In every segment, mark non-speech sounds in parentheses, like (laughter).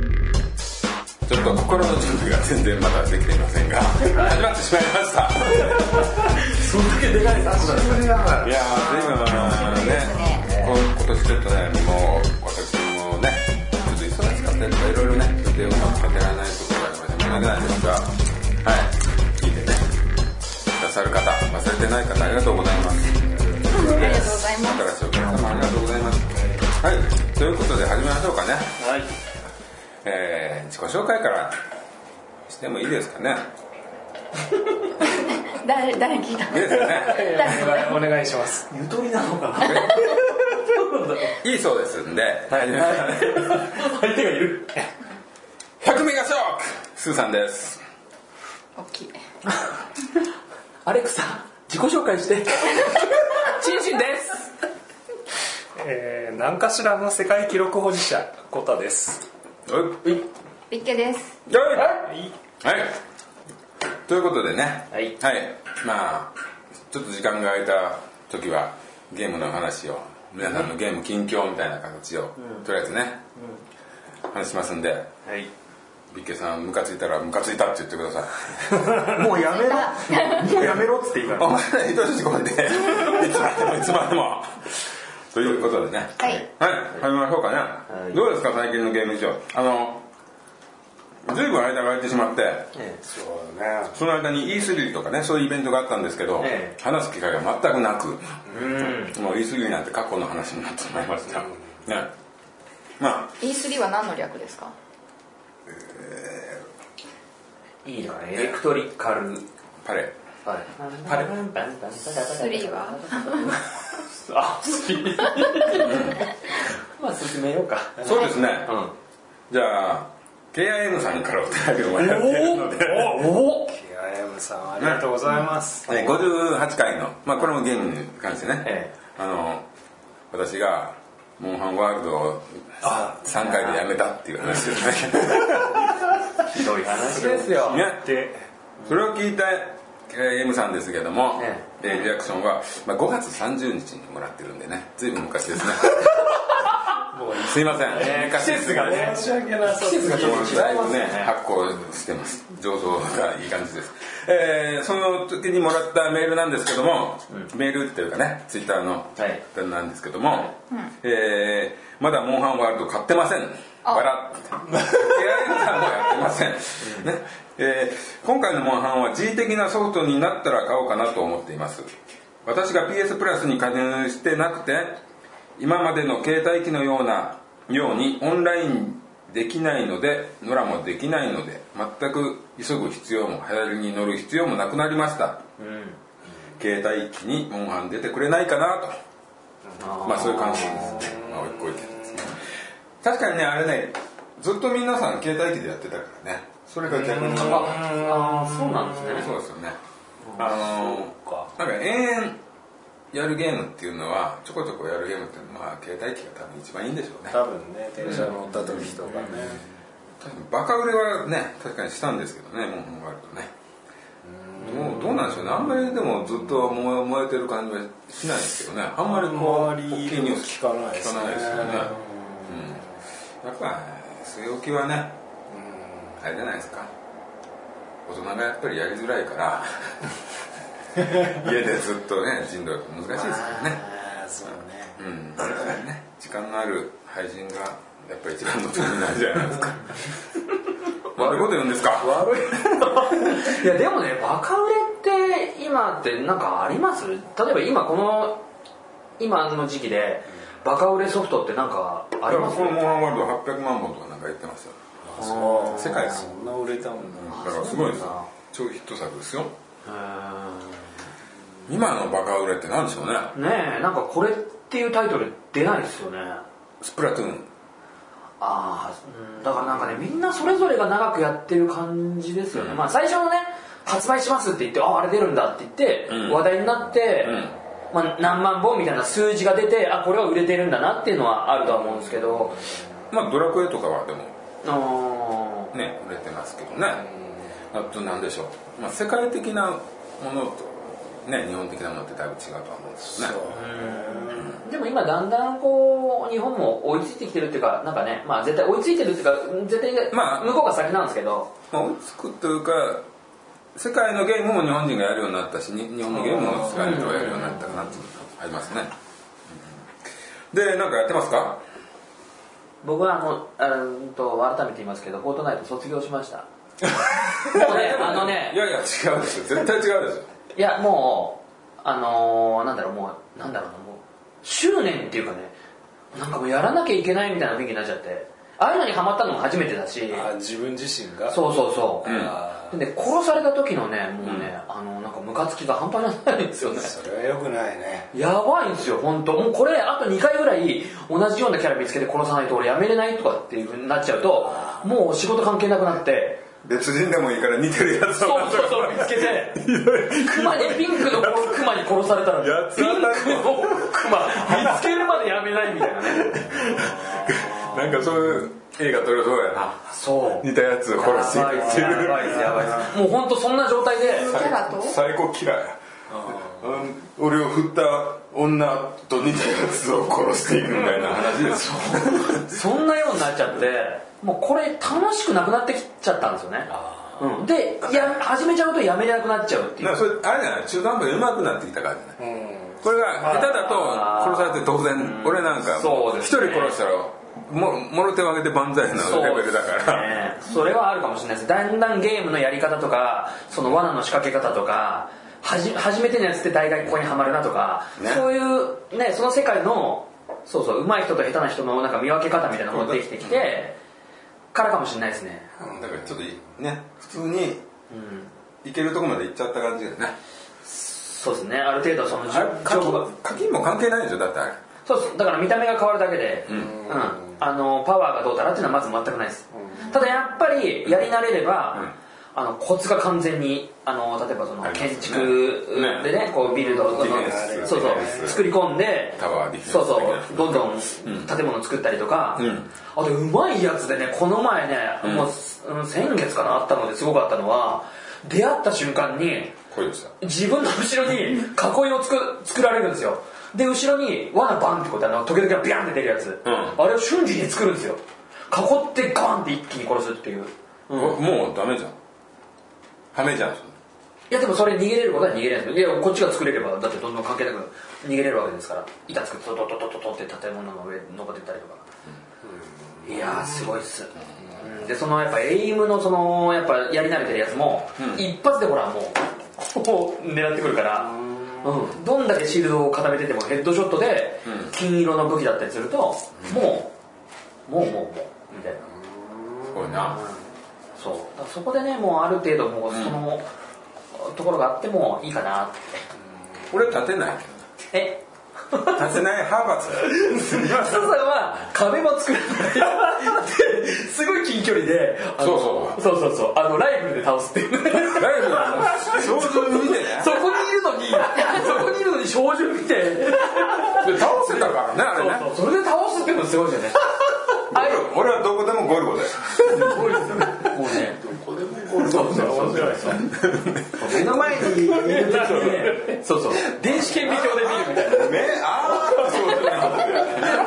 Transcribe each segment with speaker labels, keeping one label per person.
Speaker 1: ちょっと心の準備が全然まだできていませんが始まってしまいました
Speaker 2: そんだけでかいサッカーだ
Speaker 1: いやー随分ねこ今年ちょっとねもう私もねちょっと忙しかったりとかいろいろね予定をうまく立てられないところがありまして申し訳ないんですがはい聞いてねくださる方忘れてない方ありがとうございます
Speaker 3: ありがとうございま
Speaker 1: 新しいお客様ありがとうございますはいということで始めましょうかね
Speaker 2: はい
Speaker 1: えー、自己紹介からしてもいいですかね
Speaker 3: す。誰、誰聞いた
Speaker 1: いいですよね
Speaker 4: お願いします。
Speaker 2: ゆとりなのかなどうなんだろう
Speaker 1: いいそうですんで、
Speaker 2: 相手がいる
Speaker 1: 100メガショックスーさんです。
Speaker 3: 大きい。
Speaker 2: アレクサ自己紹介してチンシンです
Speaker 4: えー、何かしらの世界記録保持者コタです。
Speaker 1: はい。
Speaker 3: ビッケです。
Speaker 1: はい。ということでね、
Speaker 2: はい
Speaker 1: まあ、ちょっと時間が空いた時は、ゲームの話を、皆さんのゲーム近況みたいな形を、とりあえずね、話しますんで、
Speaker 2: はい
Speaker 1: ビッケさん、ムカついたら、ムカついたって言ってください。
Speaker 2: もうやめろもうやめろっつっていいから
Speaker 1: お前ら一しこいで、いつまでもいつまでも。ということでね。
Speaker 3: はい
Speaker 1: 始めましょうかね。
Speaker 2: い
Speaker 1: どうですか、最近のゲーム事情。あの、ずいぶん間が空いてしまって、
Speaker 2: ええそうだね
Speaker 1: その間に E3 とかね、そういうイベントがあったんですけど、
Speaker 2: え
Speaker 1: 話す機会が全くなく、もう E3 なんて過去の話になってしまいました。ね。まあ、
Speaker 3: E3 は何の略ですか
Speaker 2: いいなエレクトリカル
Speaker 1: パレ。
Speaker 2: パレ
Speaker 1: パレ
Speaker 3: ？3は
Speaker 2: あスリーまあ進めようか
Speaker 1: そうですね。
Speaker 2: ん
Speaker 1: じゃあ、KIM さんからお手紙をもらってるので。
Speaker 2: おお
Speaker 4: KIM さん、ありがとうございます。
Speaker 1: えー58回の、まあ、これもゲームに関してね、
Speaker 2: え
Speaker 1: あの私がモンハンワールドを
Speaker 2: あ
Speaker 1: 3回でやめたっていう話ですね
Speaker 2: ひどい話ですよ
Speaker 1: ね
Speaker 4: で、
Speaker 1: それを聞いたえー M さんですけども、
Speaker 2: え
Speaker 1: えーリアクションは、まあ、5月30日にもらってるんでねずいぶん昔ですね
Speaker 2: (laughs)
Speaker 4: もう
Speaker 1: すいません、
Speaker 2: ね
Speaker 1: 昔
Speaker 2: 季節がね
Speaker 4: 申し訳なさ
Speaker 2: 季節がちょっと
Speaker 1: だ
Speaker 2: 違
Speaker 1: い
Speaker 2: いま
Speaker 1: ぶ
Speaker 2: す
Speaker 1: ね
Speaker 2: よね
Speaker 1: 発行してます上層がいい感じです、えーその時にもらったメールなんですけども、メールっていうかねツイッターの
Speaker 2: はい
Speaker 1: なんですけども、えーまだモンハンワールド買ってません
Speaker 3: あ
Speaker 1: 笑って AI さんもやってません、ねえー今回のモンハンは G 的なソフトになったら買おうかなと思っています私が PS プラスに加入してなくて今までの携帯機のようなようにオンラインできないのでノラもできないので全く急ぐ必要も流行りに乗る必要もなくなりました、携帯機にモンハン出てくれないかなとまあそういう感想ですね、まあ、ご意見ですね確かにねあれねずっと皆さん携帯機でやってたからねそれが逆に
Speaker 2: ああそうなんですね
Speaker 1: そうですよねあの
Speaker 2: か
Speaker 1: なんか延々やるゲームっていうのはちょこちょこやるゲームっていうのは携帯機が多分一番いいんでしょうね
Speaker 4: 多分ね、電車乗った時とかね。
Speaker 1: 確かにバカ売れはね確かにしたんですけどねモンハンワールドねどうどうなんでしょうねあんまりでもずっと燃え燃えてる感じはしないですけどねあんまりこう
Speaker 4: 周り
Speaker 1: 大きいニュース
Speaker 4: 聞かないです
Speaker 1: 聞
Speaker 4: ね
Speaker 1: かないですよねうんやっぱ据え置きはねあれじゃないですか大人がやっぱりやりづらいから家でずっとね人類は難しいですからね
Speaker 4: ああ、そうね。
Speaker 1: うん、確かにね時間のある配信がやっぱり一番の得意なんじゃないですか悪いこと言うんですか
Speaker 2: 悪いいやでもねバカ売れって今ってなんかあります例えば今この今の時期でバカ売れソフトってなんかあ
Speaker 1: だ
Speaker 2: り
Speaker 1: から
Speaker 2: ます
Speaker 1: このモンハンワールド800万本とかなんか言ってますよ
Speaker 4: そう
Speaker 1: 世界です
Speaker 4: そんな売れたもん
Speaker 1: だ
Speaker 4: な。
Speaker 1: からすごいですよ超ヒット作ですよ
Speaker 2: うー
Speaker 1: 今のバカ売れって何でしょうね
Speaker 2: んねえなんかこれっていうタイトル出ないですよね
Speaker 1: スプラトゥーン
Speaker 2: ああうんだからなんかねみんなそれぞれが長くやってる感じですよね、まあ最初のね発売しますって言ってああれ出るんだって言って、
Speaker 1: うん
Speaker 2: 話題になって、
Speaker 1: うん
Speaker 2: まあ、何万本みたいな数字が出てあこれは売れてるんだなっていうのはあるとは思うんですけど
Speaker 1: まあドラクエとかはでも
Speaker 2: あ
Speaker 1: ね売れてますけどねあと何でしょう、まあ、世界的なものとね日本的なものってだいぶ違うとは思うんですよね
Speaker 2: でも今だんだんこう日本も追いついてきてるっていうかなんかねまあ絶対追いついてるっていうか絶対
Speaker 1: まあ
Speaker 2: 向こうが先なんですけど、
Speaker 1: まあ、追いつくというか世界のゲームも日本人がやるようになったしに日本のゲームも世界の人がやるようになったかなっていうのがありますね、うんでなんかやってますか
Speaker 2: 僕はあのうーんと改めて言いますけど「フォートナイト」卒業しましたもうねあのね
Speaker 1: いやいや違うでしょ絶対違うでしょ
Speaker 2: いやもうあのーなんだろうもうなんだろうなもう執念っていうかねなんかもうやらなきゃいけないみたいな雰囲気になっちゃってああいうのにハマったのも初めてだし
Speaker 4: あ自分自身が
Speaker 2: そうそうそう、
Speaker 4: あー
Speaker 2: でね殺された時のねもうね、あのなんかムカつきが半端ないんですよね
Speaker 4: それはよくないね
Speaker 2: やばいんですよ本当もうこれあと2回ぐらい同じようなキャラ見つけて殺さないと俺やめれないとかっていうふうになっちゃうともう仕事関係なくなって
Speaker 1: 別人でもいいから似てるやつ
Speaker 2: そう
Speaker 1: を
Speaker 2: そうそう見つけてクマにピンクのクマに殺されたら
Speaker 4: やつ
Speaker 2: ピンクのクマ見つけるまでやめないみたいなね
Speaker 1: なんかそういう映画撮れそうやな
Speaker 2: そう
Speaker 1: 似たやつを殺してい
Speaker 2: やばいっ
Speaker 1: くっ
Speaker 2: す
Speaker 1: てい
Speaker 2: や
Speaker 1: う
Speaker 2: ばいっすやばいっすもう本当そんな状態で
Speaker 3: キャラと
Speaker 1: 最高キラーやうん俺を振った女と似たやつを殺していくみたいな話ですよ
Speaker 2: そんなようになっちゃってもうこれ楽しくなくなってきちゃったんですよねうん、でや始めちゃうとやめれなくなっちゃうっていう
Speaker 1: なんかそれあれじゃない中途半端に上手くなってきたからじゃない
Speaker 4: うん
Speaker 1: これが下手だと殺されて当然俺なんかも
Speaker 2: そ
Speaker 1: う
Speaker 2: うで
Speaker 1: 一
Speaker 2: す
Speaker 1: 人
Speaker 2: ね
Speaker 1: 殺したらももろ手を挙げて万歳のレベルだから
Speaker 2: ねそれはあるかもしれないですだんだんゲームのやり方とかその罠の仕掛け方とかはじ初めてのやつって大概ここにはまるなとか、
Speaker 1: ね
Speaker 2: そういうねその世界のそうそう上手い人と下手な人のなんか見分け方みたいなのができてきて、からかもしれないですね
Speaker 1: だからちょっとね普通に行けるとこまで行っちゃった感じだよね
Speaker 2: そうですねある程度そのじ
Speaker 1: あれ課
Speaker 2: 情報が
Speaker 1: 金課金も関係ないでしょだってあれ
Speaker 2: そうですだから見た目が変わるだけで、うんあのパワーがどうだらっていうのはまず全くないです、ただやっぱりやり慣れれば、あのコツが完全にあの例えばその
Speaker 1: ありますね
Speaker 2: 建築
Speaker 1: ね
Speaker 2: でねこうビルド
Speaker 1: ディフェンス
Speaker 2: そうそう
Speaker 1: ディフェンス
Speaker 2: 作り込んで
Speaker 1: タワーディフェンス
Speaker 2: そうそうどんどん建物作ったりとか、
Speaker 1: うん
Speaker 2: あとうまいやつでねこの前ね、もううん先月かなあったのですごかったのは出会った瞬間に
Speaker 1: 恋でした
Speaker 2: 自分の後ろに囲いをつく作られるんですよで後ろに罠バンってことあの時々がビャンって出るやつ、
Speaker 1: ん
Speaker 2: あれを瞬時に作るんですよ囲ってガンって一気に殺すっていう
Speaker 1: もうダメじゃんハメじゃん
Speaker 2: いやでもそれ逃げれることは逃げれないんですよいやこっちが作れればだってどんどん関係なく逃げれるわけですから板作ってトトトトトトって建物の上に登っていったりとか、いやーすごいっす、うんでそのやっぱエイムのそのやっぱやり慣れてるやつも、一発でほらもうこう狙ってくるからうん、どんだけシールドを固めててもヘッドショットで金色の武器だったりすると、もうもうもうもうみたいな
Speaker 1: すごいな
Speaker 2: そうだからそこでねもうある程度もうその、ところがあってもいいかなって
Speaker 1: 俺立てない
Speaker 2: え
Speaker 1: 立てない派閥
Speaker 2: 松田さんは壁も作らないですごい近距離であの
Speaker 1: そう
Speaker 2: そうそうそうあのライフルで倒すっていう
Speaker 1: ライブの標準見てね
Speaker 2: そこにいるのにそこにいるのに照準見て
Speaker 1: で倒せたからねあれね
Speaker 2: そうそうそれで倒すっていうのすごいですよねあれ
Speaker 1: 俺はどこでもゴルゴだよ
Speaker 2: すごいですよねもうね
Speaker 4: そうそう面白いです
Speaker 2: 目の前にいる時にねそうそう電子顕微鏡で見るみたいな
Speaker 1: ねああそう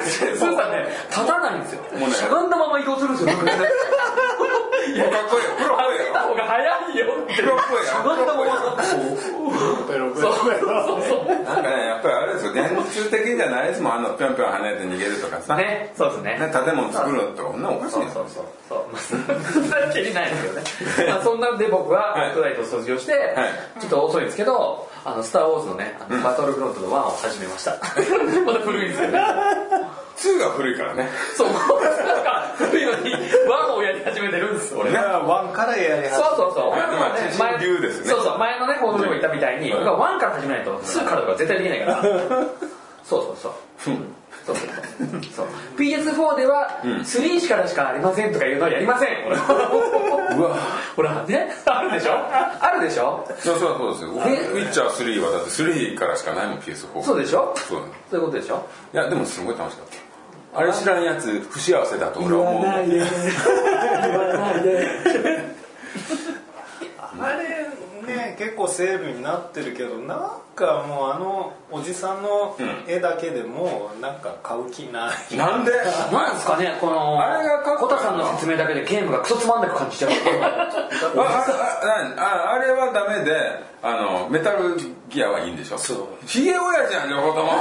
Speaker 2: スーさんね立たないんですよ
Speaker 1: うね
Speaker 2: しゃがんだまま移動するんですよかっ
Speaker 1: かっこいいよプロっぽいよ
Speaker 2: 方が早いよって
Speaker 1: プロっぽい
Speaker 2: しゃがんだまま
Speaker 4: ペロペロペロ
Speaker 1: よなんかねやっぱりあれですよ電柱的じゃないですもんあのぴょんぴょん跳ねて逃げるとかさね
Speaker 2: ねそうですね
Speaker 1: 建物作るのとかそんなおかしい
Speaker 2: そう
Speaker 1: よ
Speaker 2: そうそうそうまあそんなきりないです
Speaker 1: (laughs)
Speaker 2: けどね、まあ、そんなんで僕は
Speaker 1: はい
Speaker 2: フォートナイトを卒業して、
Speaker 1: い
Speaker 2: ちょっと遅いんですけど「あのスター・ウォーズ」のねあのバトルフロントの1を始めました (laughs) まだ古いんですけ
Speaker 1: (laughs)
Speaker 2: ど
Speaker 1: 2が古いからね
Speaker 2: そうなんか古いのに1をやり始めてるんです俺
Speaker 4: いやワンからやり始
Speaker 2: そう
Speaker 4: め
Speaker 2: そうそう。
Speaker 1: まあまあ
Speaker 2: ね
Speaker 1: 人流ですね
Speaker 2: 前そうそう、前のね、報道でも言ったみたいに、
Speaker 1: うん
Speaker 2: 僕はワンから始めないと、ツーからとか絶対できないから。そうそうそう。そうそうそう。そう PS4 では3しからしかありませんとか言うのはやりません。俺は
Speaker 1: うわ
Speaker 2: ほら、ね、あるでしょあるでしょ
Speaker 1: そうそうそうですよウィッチャー3はだって3からしかないもん PS4
Speaker 2: そうでしょ
Speaker 1: そうなの
Speaker 2: そういうことでしょ
Speaker 1: いやでもすごい楽しかったあれ知らんやつ不幸せだと俺は思う
Speaker 2: で。言わないで。
Speaker 4: あれ
Speaker 5: ね結構セーブになってるけどなんかもうあのおじさんの
Speaker 1: うん
Speaker 5: 絵だけでもうなんか買う気ない、
Speaker 1: なんで
Speaker 2: なんですかねこの
Speaker 1: あれがかっこい
Speaker 2: コ
Speaker 1: いな
Speaker 2: タさんの説明だけでゲームがクソつまんなく感じちゃう
Speaker 1: あ (laughs) ああああれはダメであのメタルギアはいいんでしょ
Speaker 5: そう
Speaker 1: ヒゲ親父やん両方とも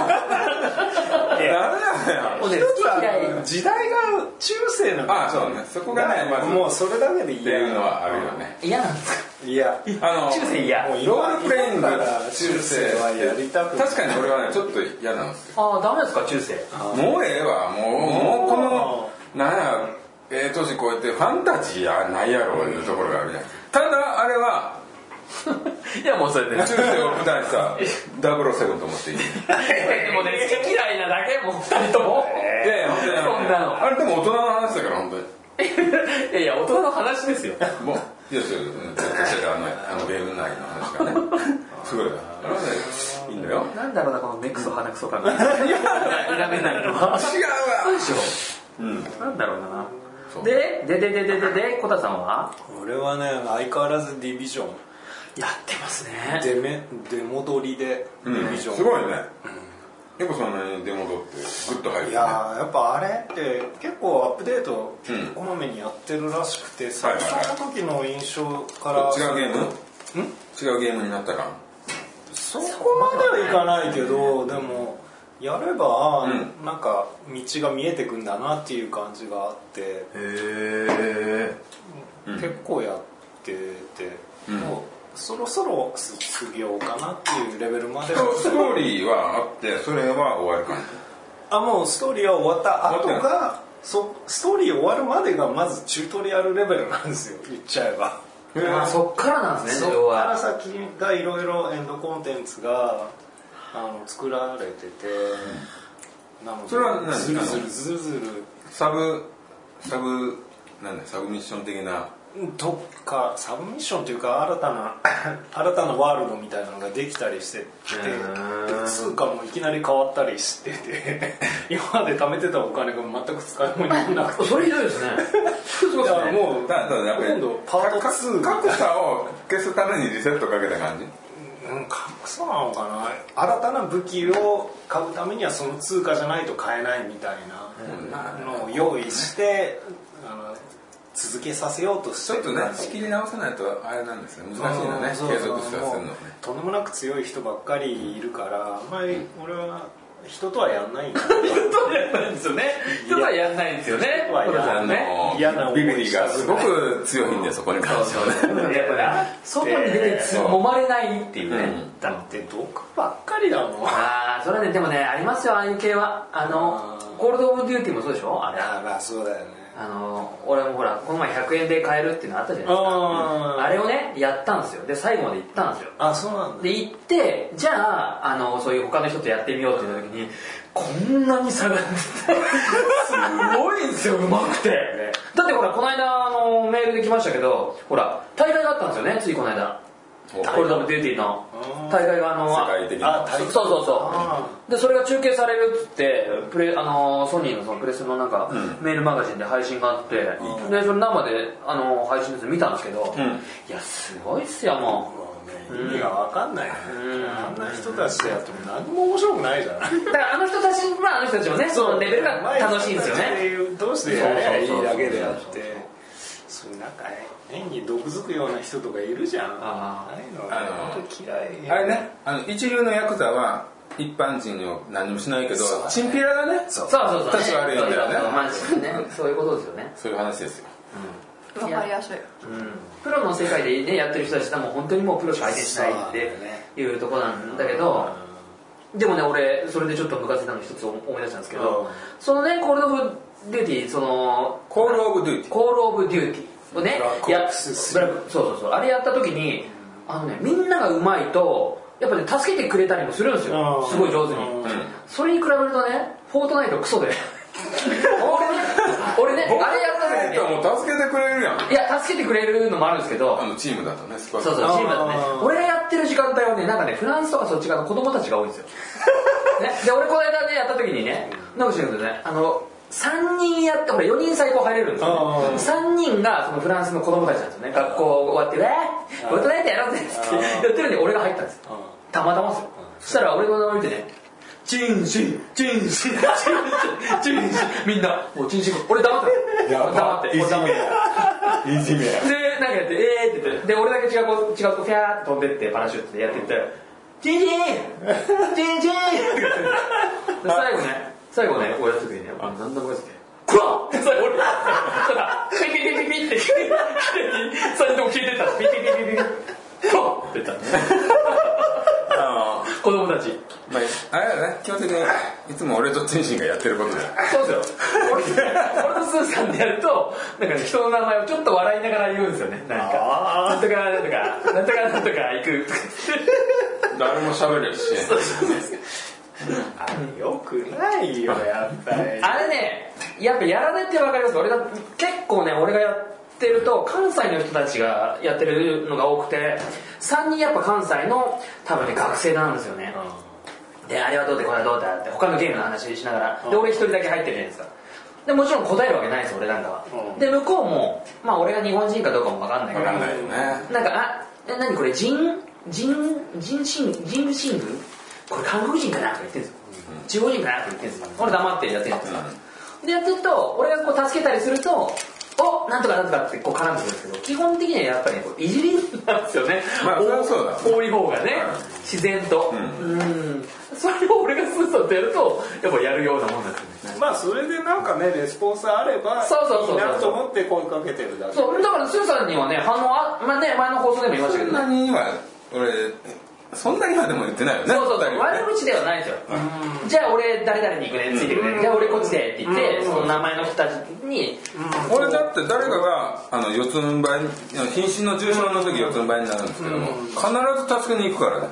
Speaker 1: ダメだよ
Speaker 2: もうね
Speaker 5: 一つは
Speaker 2: 好き嫌い
Speaker 5: あの時代が中世なん
Speaker 1: ああそうねそこがねまず
Speaker 5: も
Speaker 1: っ
Speaker 5: うそれだけで
Speaker 1: て
Speaker 5: 嫌
Speaker 1: いうのはあるよね
Speaker 2: 嫌なんですか
Speaker 5: いや
Speaker 1: あの
Speaker 2: 中世嫌
Speaker 5: もう
Speaker 1: ロールプレイング
Speaker 5: 今から中世はやりたくない
Speaker 1: 確かに俺はねちょっと嫌なんですよ
Speaker 2: ああダメですか中世 (laughs)
Speaker 1: もうええわもうもうこのなんやええ年超えてファンタジーやないやろいうところがあるじゃんただあれはい
Speaker 2: やもうそれで
Speaker 1: 中世を舞台にしたダブルセブンと思っていい
Speaker 2: でもね好き嫌いなだけもう2人とも
Speaker 1: いやいや本当にあの
Speaker 2: そんなの
Speaker 1: あれでも大人の話だから本当に
Speaker 2: いやいや大人の話ですよ
Speaker 1: もういやそううんちょっとしてあのあのゲーム内の話がねすごいなあれはねいいんだよ
Speaker 2: なんだろうなこの目くそ鼻くそ感が (laughs) いや諦めないのは
Speaker 1: 違う
Speaker 2: そう
Speaker 1: わ
Speaker 2: でし
Speaker 1: うん
Speaker 2: ょなんだろうな
Speaker 1: そう
Speaker 2: でででででででコタさんは
Speaker 5: 俺はね相変わらずディビジョン
Speaker 2: やってますね
Speaker 5: 出め出戻りでデ
Speaker 1: う
Speaker 5: ィビ
Speaker 1: ん
Speaker 5: ジョン、
Speaker 1: すごいねやっぱそんなに出戻ってグッと入るね
Speaker 5: いやーやっぱあれって結構アップデート
Speaker 1: うん
Speaker 5: こまめにやってるらしくて、
Speaker 1: はいはいはい
Speaker 5: その時の印象から
Speaker 1: 違うゲーム
Speaker 5: ん
Speaker 1: 違うゲームになったか
Speaker 5: そこまではいかないけどでもやれば、
Speaker 1: う
Speaker 5: なんか道が見えてくんだなっていう感じがあって、
Speaker 1: へえうん
Speaker 5: 結構やってて、
Speaker 1: うん
Speaker 5: もうそろそろ卒業かなっていうレベルまで
Speaker 1: ストーリーはあってそれは終わる感じ
Speaker 5: あもうストーリーは終わった後
Speaker 1: 終わった
Speaker 5: がそストーリー終わるまでがまずチュートリアルレベルなんですよ言っちゃえば。
Speaker 2: まあそっからなんですね
Speaker 5: そ
Speaker 2: 要
Speaker 5: こから
Speaker 2: は
Speaker 5: 先がいろいろエンドコンテンツがあの作られててなので
Speaker 1: それは何
Speaker 5: ずるずるずるず
Speaker 1: サブサブなんだサブミッション的な
Speaker 5: るとかサブミッションというか新たな (coughs) 新たなワールドみたいなのができたりしてて
Speaker 2: ー
Speaker 5: 通貨もいきなり変わったりしてて (laughs) 今まで貯めてたお金が全く使い物にならなくて
Speaker 2: それひどいですねそう
Speaker 5: い
Speaker 2: です
Speaker 5: や
Speaker 2: ね
Speaker 5: もう
Speaker 1: だだやっぱり
Speaker 5: 今度パート
Speaker 1: か
Speaker 5: 2
Speaker 1: 格差を消すためにリセットかけた感じ
Speaker 5: うん、格差なのかな新たな武器を買うためにはその通貨じゃないと買えないみたいなのを用意してあの続けさせようとし
Speaker 1: ち
Speaker 5: て
Speaker 1: ょっ
Speaker 5: る
Speaker 1: とね仕切り直さないとあれなんですね難しいのね継
Speaker 5: そうそうそう
Speaker 1: 続してはするのね
Speaker 5: もうとんでもなく強い人ばっかりいるからあんまり俺は人とはやんないんだ
Speaker 2: 人とはやんないんですよね人とはやんないんですよね
Speaker 5: 人とはやんない
Speaker 2: コタさんね
Speaker 1: あの
Speaker 5: 嫌な思
Speaker 1: ビビ
Speaker 5: い
Speaker 1: リ
Speaker 5: したく
Speaker 1: が
Speaker 5: ない
Speaker 1: すごく強いんでそこに関してはね
Speaker 2: やっぱな外に出てつ揉まれないっていうね、
Speaker 1: うん
Speaker 2: だ
Speaker 5: って
Speaker 1: (laughs)
Speaker 5: 毒ばっかりだ (laughs) もん
Speaker 2: ああそれはねでもねありますよああいう系はあの
Speaker 5: あー
Speaker 2: コールド・オブ・デューティーもそうでしょあれ
Speaker 5: あまあそうだよね
Speaker 2: あの俺もほらこの前100円で買えるっていうのあったじゃないですか
Speaker 5: あー
Speaker 2: あれをねやったんですよで最後まで行ったんですよ
Speaker 5: あそうなんだ
Speaker 2: で行ってじゃああのそういう他の人とやってみようって言った時にこんなに差が出てすごいんですようまくてだってほらこの間あのメールで来ましたけどほら大会があったんですよねついこの間コールド・オブ・デューティーの大会があの
Speaker 1: 世界的な
Speaker 5: あ大会
Speaker 2: そうそう
Speaker 5: あ
Speaker 2: そうでそれが中継されるっつってプレあのーソニーのそのプレスのなんか、メールマガジンで配信があって、でそれ生であのー配信です見たんですけど、
Speaker 1: ん
Speaker 2: いやすごいっすよも
Speaker 5: もうね意味が分かんないよねあんな人たちとやっても何も面白くないじゃないう
Speaker 2: だからあの人たちまああの人たちもねそのレベルが楽しいんですよね
Speaker 5: ねどうしてやればいいだけであってそういうなんかね変に毒づくような人とかいるじゃん
Speaker 2: あ
Speaker 5: ああいうのはね本当嫌い
Speaker 1: あれねあの一流のヤクザは一般人を何もしないけど
Speaker 5: そう
Speaker 1: チンピラがね
Speaker 5: そ
Speaker 2: そううそうそう
Speaker 1: 立ち悪いんだよね
Speaker 2: そうそうそうマジでねそういうことですよね
Speaker 1: そういう話ですよ
Speaker 3: わかりやすい
Speaker 2: プロの世界でねやってる人たちはもう本当にもうプロしか相手しないっていうとこなんだけど、でもね俺それでちょっとムカついたの一つ思い出したんですけど、
Speaker 5: うん
Speaker 2: そのねコールド・オブ・デューティーその
Speaker 1: コール・オブ・デューティ
Speaker 2: コール・オブ・デューティーをね
Speaker 5: ブラック
Speaker 2: や
Speaker 5: オプス
Speaker 2: ブラックそうそうそうあれやった時にあのねみんながうまいとやっぱね助けてくれたりもするんですよ
Speaker 5: うん
Speaker 2: すごい上手に
Speaker 5: うん
Speaker 2: それに比べるとねフォートナイトクソ
Speaker 5: (laughs)
Speaker 2: で俺ね俺ねあれやった時
Speaker 1: ー
Speaker 2: にね
Speaker 1: もう助けてくれるやん
Speaker 2: いや助けてくれるのもあるんですけど
Speaker 1: あのチームだとねスクワッ
Speaker 2: そう
Speaker 1: ト
Speaker 2: そうチームだとね
Speaker 5: あー
Speaker 2: 俺がやってる時間帯はねなんかねフランスとかそっち側の子供たちが多いん (laughs) ですよ、ね、で俺この間ねやった時にねなんか知らんけどねあの3人やって俺4人最高入れるんですよ、
Speaker 5: あ
Speaker 2: ね、3人がそのフランスの子供たちなんですよね学校終わって「わーバトナイトやろうぜ」っつってやってるんで俺が入ったんですよたまたまですよそしたら俺の名前見てね「チンシンチンシンチンシンチンシン」みんな「もうチンシン君俺黙って
Speaker 1: やば
Speaker 2: 黙って俺黙って」
Speaker 1: いじめや
Speaker 2: でなんかやって「えー」って言ってで俺だけ違う子違う子フャーって飛んでってパラシュートでやってって「チンチンチンチン」って言ってで最後ね最後ね親父にねあなんだこれってクワッ最後俺ただピピピピピって綺麗に3人とも消えてったピピピピピピクワッって言った
Speaker 1: あ
Speaker 2: 子供たち
Speaker 1: のまああれだね基本的にいつも俺とチンシンがやってることだよ
Speaker 2: そうですよ俺俺とスーさんでやるとなんかね人の名前をちょっと笑いながら言うんですよねなんかなんとかなんとかなんとかなんとか行くとか言って
Speaker 1: 誰も喋るし
Speaker 2: そうそうそう
Speaker 5: あれよくないよやっぱり
Speaker 2: あれねやっぱやられて分かります俺が結構ね俺がやってると関西の人たちがやってるのが多くて3人やっぱ関西の多分ね学生なんですよね、であれはどうでこれはどうだって他のゲームの話しながらで俺一人だけ入ってるじゃないですかでもちろん答えるわけないです俺なんかは、
Speaker 5: うん
Speaker 2: で向こうもまあ俺が日本人かどうかも分かんないか
Speaker 1: 分
Speaker 2: ら
Speaker 1: かんないよね
Speaker 2: なんか、あ、え何これ、ジン、ジン、ジンシン、ジングシングこれ韓国人かなとか言ってんすよ。中国人かなとか言ってんすよ。俺黙ってやってるんですよ。で、やってると、俺がこう助けたりすると、おなんとかなんとかってこう絡んでくるんですけど、基本的にはやっぱりこういじりなんですよね。
Speaker 1: まあそれはそうだ
Speaker 2: 多い方がね、自然と。
Speaker 1: う
Speaker 2: うん。それを俺がスーさんとやると、やっぱやるようなもんなんですよね。
Speaker 5: まあそれでなんかねレスポンスあれば
Speaker 2: そうそうそうそう
Speaker 5: いいなと思って声かけてるだけ
Speaker 2: そう、だからスーさんにはね、反応あ、まあね、前の放送でも言いました
Speaker 1: そ
Speaker 2: け
Speaker 1: ん
Speaker 2: ど、
Speaker 1: なに今俺そんなに今でも言ってないよね
Speaker 2: そうそうそう
Speaker 1: 二人はね
Speaker 2: 悪口ではないですよじゃあ俺誰々に行くねついてくねじゃあ俺こっちでって言ってその名前の人たちに
Speaker 1: 俺だって誰かがあの四つん這い瀕死の重症の時四つん這いになるんですけども必ず助けに行くからね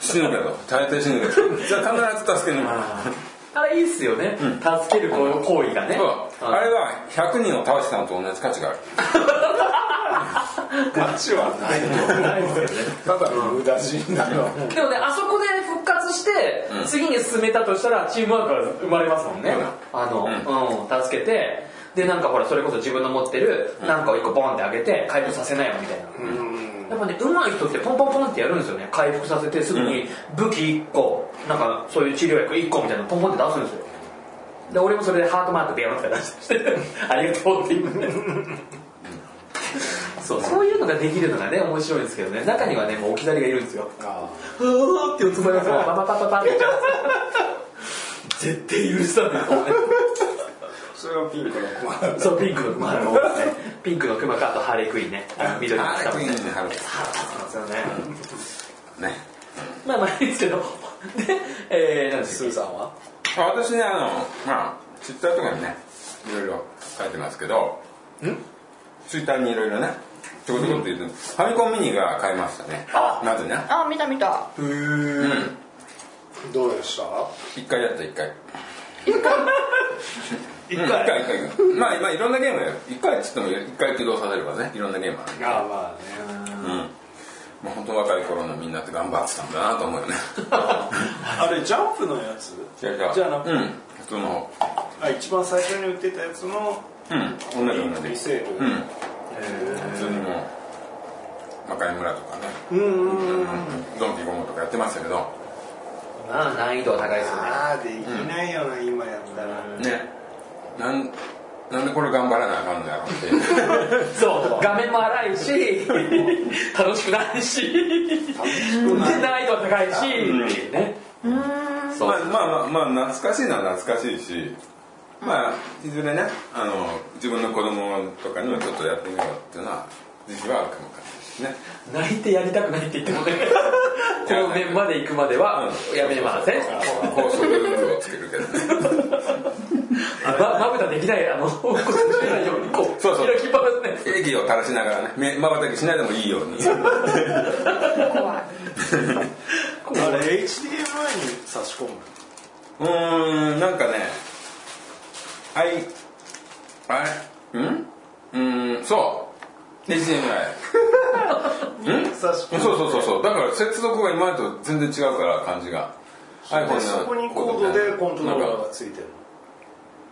Speaker 1: 死ぬけど大抵死ぬけどじゃあ必ず助けに行く
Speaker 2: あれいいっすよね助けるこう行為がね
Speaker 1: そう
Speaker 2: うん
Speaker 1: あれは100人を倒したのと同じ価値がある
Speaker 5: 価値はない (laughs) ただの無駄死んだよ
Speaker 2: でもねあそこで復活して次に進めたとしたらチームワークが生まれますもんね
Speaker 1: そうだ
Speaker 2: あのうん助けてでなんかほらそれこそ自分の持ってるなんかを一個ボンってあげて回復させないよみたいなやっぱね上手い人ってポンポンポンってやるんですよね回復させてすぐに武器1個なんかそういう治療薬1個みたいなのポンポンって出すんですよで俺もそれでハートマークビヨンって出して (laughs) 「ありがとう」って言うんですそうそういうのができるのがね面白いんですけどね中にはねもう置き去りがいるんですようわーって四つ葉がさパパパパパって (laughs) 絶対許さない
Speaker 5: それはピンクのコマ
Speaker 2: そうピンクのクマのピンクのクマかあとハーレークイーンね緑の
Speaker 1: あ
Speaker 2: ク
Speaker 1: れ
Speaker 2: マ
Speaker 1: いい
Speaker 2: ね
Speaker 1: ねあれ
Speaker 2: そうですよね
Speaker 1: ね
Speaker 2: まあまあいいですけどでえー、なんです
Speaker 5: スーさんは
Speaker 1: あ私ねあのまあツイッターとかにねいろいろ書いてますけどツイッターにいろいろねちょこちょこって言ってファミコンミニが買いましたねまずね
Speaker 3: あ見た見た
Speaker 5: どうでした
Speaker 1: 一回やった一回一回一回一回一回まあまあいろんなゲームや一回っつっても一回起動させればねいろんなゲームあるね
Speaker 5: ああまあね
Speaker 1: うんまあ本当若い頃のみんなって頑張ってたんだなと思うよね
Speaker 5: あれジャンプのやつ
Speaker 1: 違う違う
Speaker 5: じゃあなくて
Speaker 1: うん普通の方
Speaker 5: あ一番最初に売ってたやつの
Speaker 1: うん同じ同じ
Speaker 5: リセー
Speaker 1: う
Speaker 5: ル
Speaker 1: ん普通にもう魔界村とかね
Speaker 5: うんうんうん
Speaker 1: ドンキゴモとかやってましたけど
Speaker 2: まあ難易度は高いですよね
Speaker 5: ああできないよな今やったら
Speaker 1: ねなんなんでこれ頑張らなあかんのやろっていう
Speaker 2: そう画面も荒いし (laughs) 楽しくないしで難易度は高いしねそ
Speaker 1: (laughs)
Speaker 2: う
Speaker 1: まあまあまあ、まあ、懐かしいのは懐かしいしまあいずれねあの自分の子供とかにもちょっとやってみようっていうのは時期はあるかもわかんないですね
Speaker 2: 泣いてやりたくないって言って (laughs) もねこの面まで行くまではやめません
Speaker 1: 高速ルールをつけるけどね (laughs)
Speaker 2: ままぶたできないあのこっち見えないようにこう
Speaker 1: そうそう
Speaker 2: 開きっぱなしね
Speaker 1: 液を垂らしなが (laughs) らねまばたきしないでもいいように
Speaker 3: 怖い
Speaker 5: あれ HDMI に差し込
Speaker 1: う
Speaker 5: む
Speaker 1: ーんなんかねあいあれんうーんそう HDMI
Speaker 5: 差し込
Speaker 1: そう
Speaker 5: む
Speaker 1: そうそうそうだから接続が今までと全然違うから感じが iPhone の
Speaker 5: でそこにコードでコントローラー
Speaker 1: なん
Speaker 5: が
Speaker 1: か
Speaker 5: ついてるの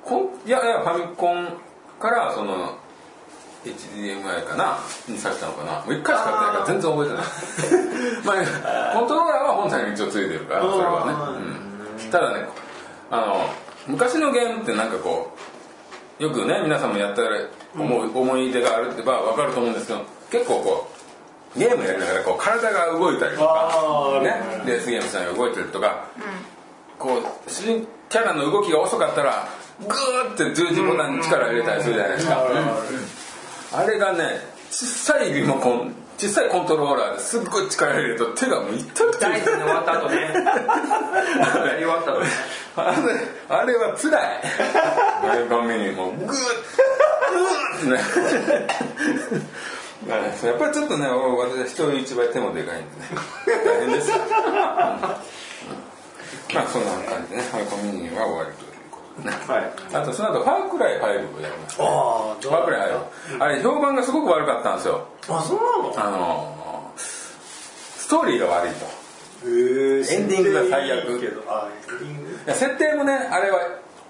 Speaker 1: コンいやいやファミコンからその HDMI かなにされたのかなもう1回しかやってないから全然覚えてない (laughs) まあコントローラーは本体に一応ついてるからそれはね、うんただねあの昔のゲームってなんかこうよくね皆さんもやったら思う思い出があるってば分かると思うんですけど結構こうゲームやりながらこう体が動いたりとか、ね、レースゲームさんが動いてるとか、こう主人キャラの動きが遅かったらグーって十字ボタンに力を入れたりするじゃないですか、あれがね小さいリモコン小さいコントローラーですっごい力入れると手がもう痛くて
Speaker 2: ダイソンで終わった後ねやり終わった後ね
Speaker 1: あれあれは辛いあれ画面にもうグーッグーッってねやっぱりちょっとね私人一倍手もでかいんでね大変ですよ、うんうんまあそんな感じでねファイコミニは終わりということでね
Speaker 5: はい
Speaker 1: あとその後ファークライ5をやりました
Speaker 5: ああ
Speaker 1: ファークライ5あれ評判がすごく悪かったんですよ
Speaker 5: あそうなの
Speaker 1: あのストーリーが悪いと
Speaker 5: へ
Speaker 1: エンディングが最悪
Speaker 5: けどあエンディング
Speaker 1: いや設定もねあれは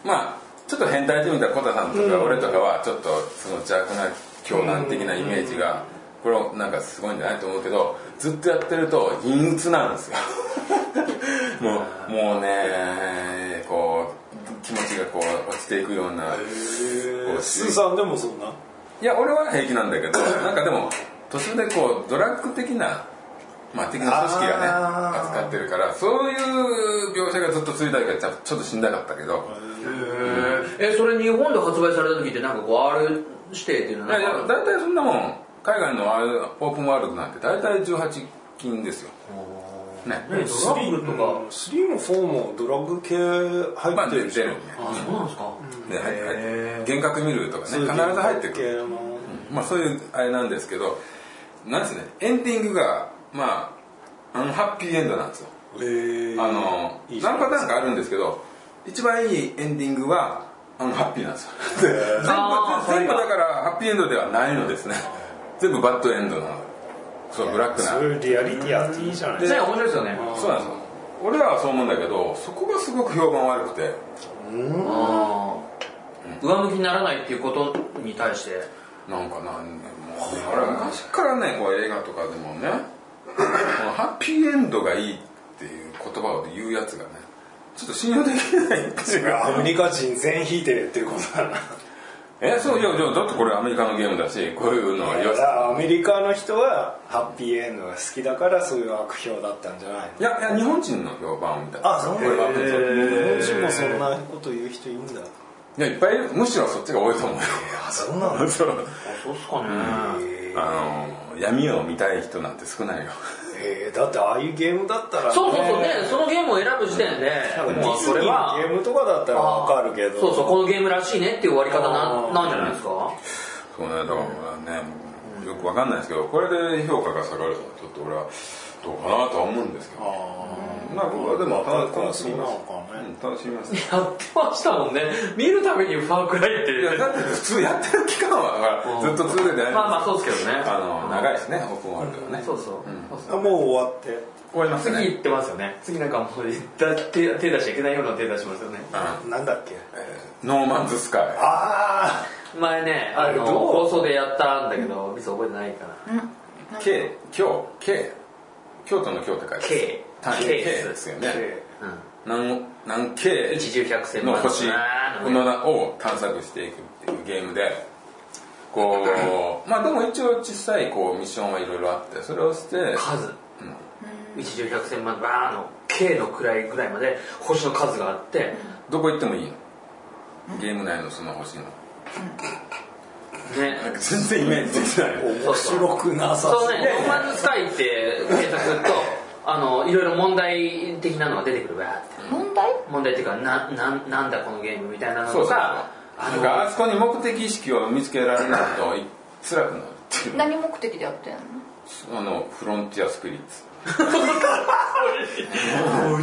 Speaker 1: まあちょっと変態と見たコタさんとか俺とかはちょっとその邪悪な狂乱的なイメージがこれなんかすごいんじゃないと思うけどずっとやってると陰鬱なんですよ
Speaker 5: (laughs)
Speaker 1: もうもうねこう気持ちがこう落ちていくような
Speaker 5: へえスーさんでもそんない
Speaker 1: や俺は平気なんだけどなんかでも途中でこうドラッグ的なまあ的な組織がね
Speaker 5: あー
Speaker 1: 扱ってるからそういう描写がずっと続いたりからちょちょっとしんどかったけど
Speaker 2: えそれ日本で発売された時ってなんかこう R 指定っていうの
Speaker 1: い
Speaker 2: は
Speaker 1: やい
Speaker 2: な
Speaker 1: や
Speaker 2: んか
Speaker 1: 大体そんなもん海外のああいうオープンワールドなんて大体18金ですよね
Speaker 2: ねドラッグとか
Speaker 5: 3も4もドラッグ系
Speaker 1: まあ
Speaker 5: 入ってる
Speaker 1: 出
Speaker 5: でし
Speaker 1: ゼ
Speaker 5: ょ
Speaker 1: ロね
Speaker 2: あそうなんですか
Speaker 1: ね入って幻覚見るとかね必ず入ってくる
Speaker 5: る
Speaker 1: まあそういうあれなんですけどなんですねエンディングがまあアンハッピーエンドなんですよ
Speaker 5: へえ
Speaker 1: あの
Speaker 5: いいじゃん
Speaker 1: 何パターンかあるんですけど一番いいエンディングはあのハッピーなんですよ (laughs) 全部
Speaker 2: あー
Speaker 1: 全部だからハッピーエンドではないのですね全部バッドエンドなのそうブラックな
Speaker 4: そういうリアリティあっていいじゃない
Speaker 2: 実際面白いですよね
Speaker 1: そうなんですよ俺らはそう思うんだけどそこがすごく評判悪くて
Speaker 2: あー上向きにならないっていうことに対して
Speaker 1: なんかなんもう俺は昔からねこう映画とかでもねこのハッピーエンドがいいっていう言葉を言うやつがねちょっと信用できない
Speaker 5: 違うアメリカ人全員引いてるっていうことだな
Speaker 1: (laughs) えそういやいやだってこれアメリカのゲームだしこういうのはよ
Speaker 5: だ
Speaker 1: し
Speaker 5: からアメリカの人はハッピーエンドが好きだからそういう悪評だったんじゃないの
Speaker 1: いやいや日本人の評判みたいな
Speaker 5: あそう
Speaker 1: これは
Speaker 5: 日本人もそんなこと言う人いるんだ
Speaker 1: いやいっぱいいるむしろそっちが多いと思うよ
Speaker 5: あそうなの
Speaker 1: そう
Speaker 2: あそうっすかね
Speaker 1: (laughs) あの闇を見たい人なんて少ないよ
Speaker 5: えーだってああいうゲームだったら
Speaker 2: そうそうそうねそのゲームを選ぶ時点で
Speaker 5: なんかデ
Speaker 2: も
Speaker 5: ィ
Speaker 2: う
Speaker 5: ズ
Speaker 2: そ
Speaker 5: ニ
Speaker 2: れは
Speaker 5: ーのゲームとかだったらわかるけど
Speaker 2: そうそうこのゲームらしいねっていう終わり方ななんじゃないですか
Speaker 1: そうねだからねよくわかんないですけどこれで評価が下がるのはちょっと俺はどうかなとは思うんですけどまあ僕はでも楽楽しみます
Speaker 5: そうなのかね
Speaker 1: うん楽しみますい
Speaker 2: やってましたもんね見るためにファークライって
Speaker 1: やだって普通やってる期間はだからずっと続けてない
Speaker 2: まあまあそうですけどね
Speaker 1: あの長いですねオープンワールドはね
Speaker 2: そうそうそう
Speaker 5: あ
Speaker 2: そう
Speaker 5: もう終わって
Speaker 1: 終わります
Speaker 2: 次
Speaker 1: ね
Speaker 2: 行ってますよね次なんかもうだ手手出しちゃいけないような手出しますよね
Speaker 5: なんだっけ
Speaker 1: ノーマンズスカイ
Speaker 5: あ
Speaker 2: 前ね
Speaker 5: あ
Speaker 2: あ
Speaker 5: れど
Speaker 2: の
Speaker 5: う
Speaker 2: 放送でやったんだけどミス覚えてないかな
Speaker 1: K 京 K 京都の京って書いてある
Speaker 2: K
Speaker 1: 単位
Speaker 2: K
Speaker 1: K ですよ
Speaker 5: あ
Speaker 1: ね何何 K
Speaker 2: 一重百戦
Speaker 1: の星
Speaker 2: あー
Speaker 1: の名を探索していくっていうゲームでこうまあでも一応小さいこうミッションはいろいろあってそれをして
Speaker 2: 数一重百戦万バーの K の位ぐらいまで星の数があって
Speaker 1: どこ行ってもいいのゲーム内のその星の
Speaker 2: ね
Speaker 1: 全然イメージできない
Speaker 5: 面白くなさ
Speaker 2: そうね
Speaker 5: ね
Speaker 2: 「ノーマンズスカイ」って検索するとあのいろいろ問題的なのが出てくるわーって
Speaker 3: 問題
Speaker 2: 問題っていうかななんなんだこのゲームみたいなの
Speaker 1: そう
Speaker 2: と
Speaker 1: そう
Speaker 2: かあ
Speaker 1: なん
Speaker 2: の
Speaker 1: かあそこに目的意識を見つけられないとい辛くなるっていう
Speaker 3: 何目的でやってんの
Speaker 1: あのフロンティアスピリッツ
Speaker 5: 宇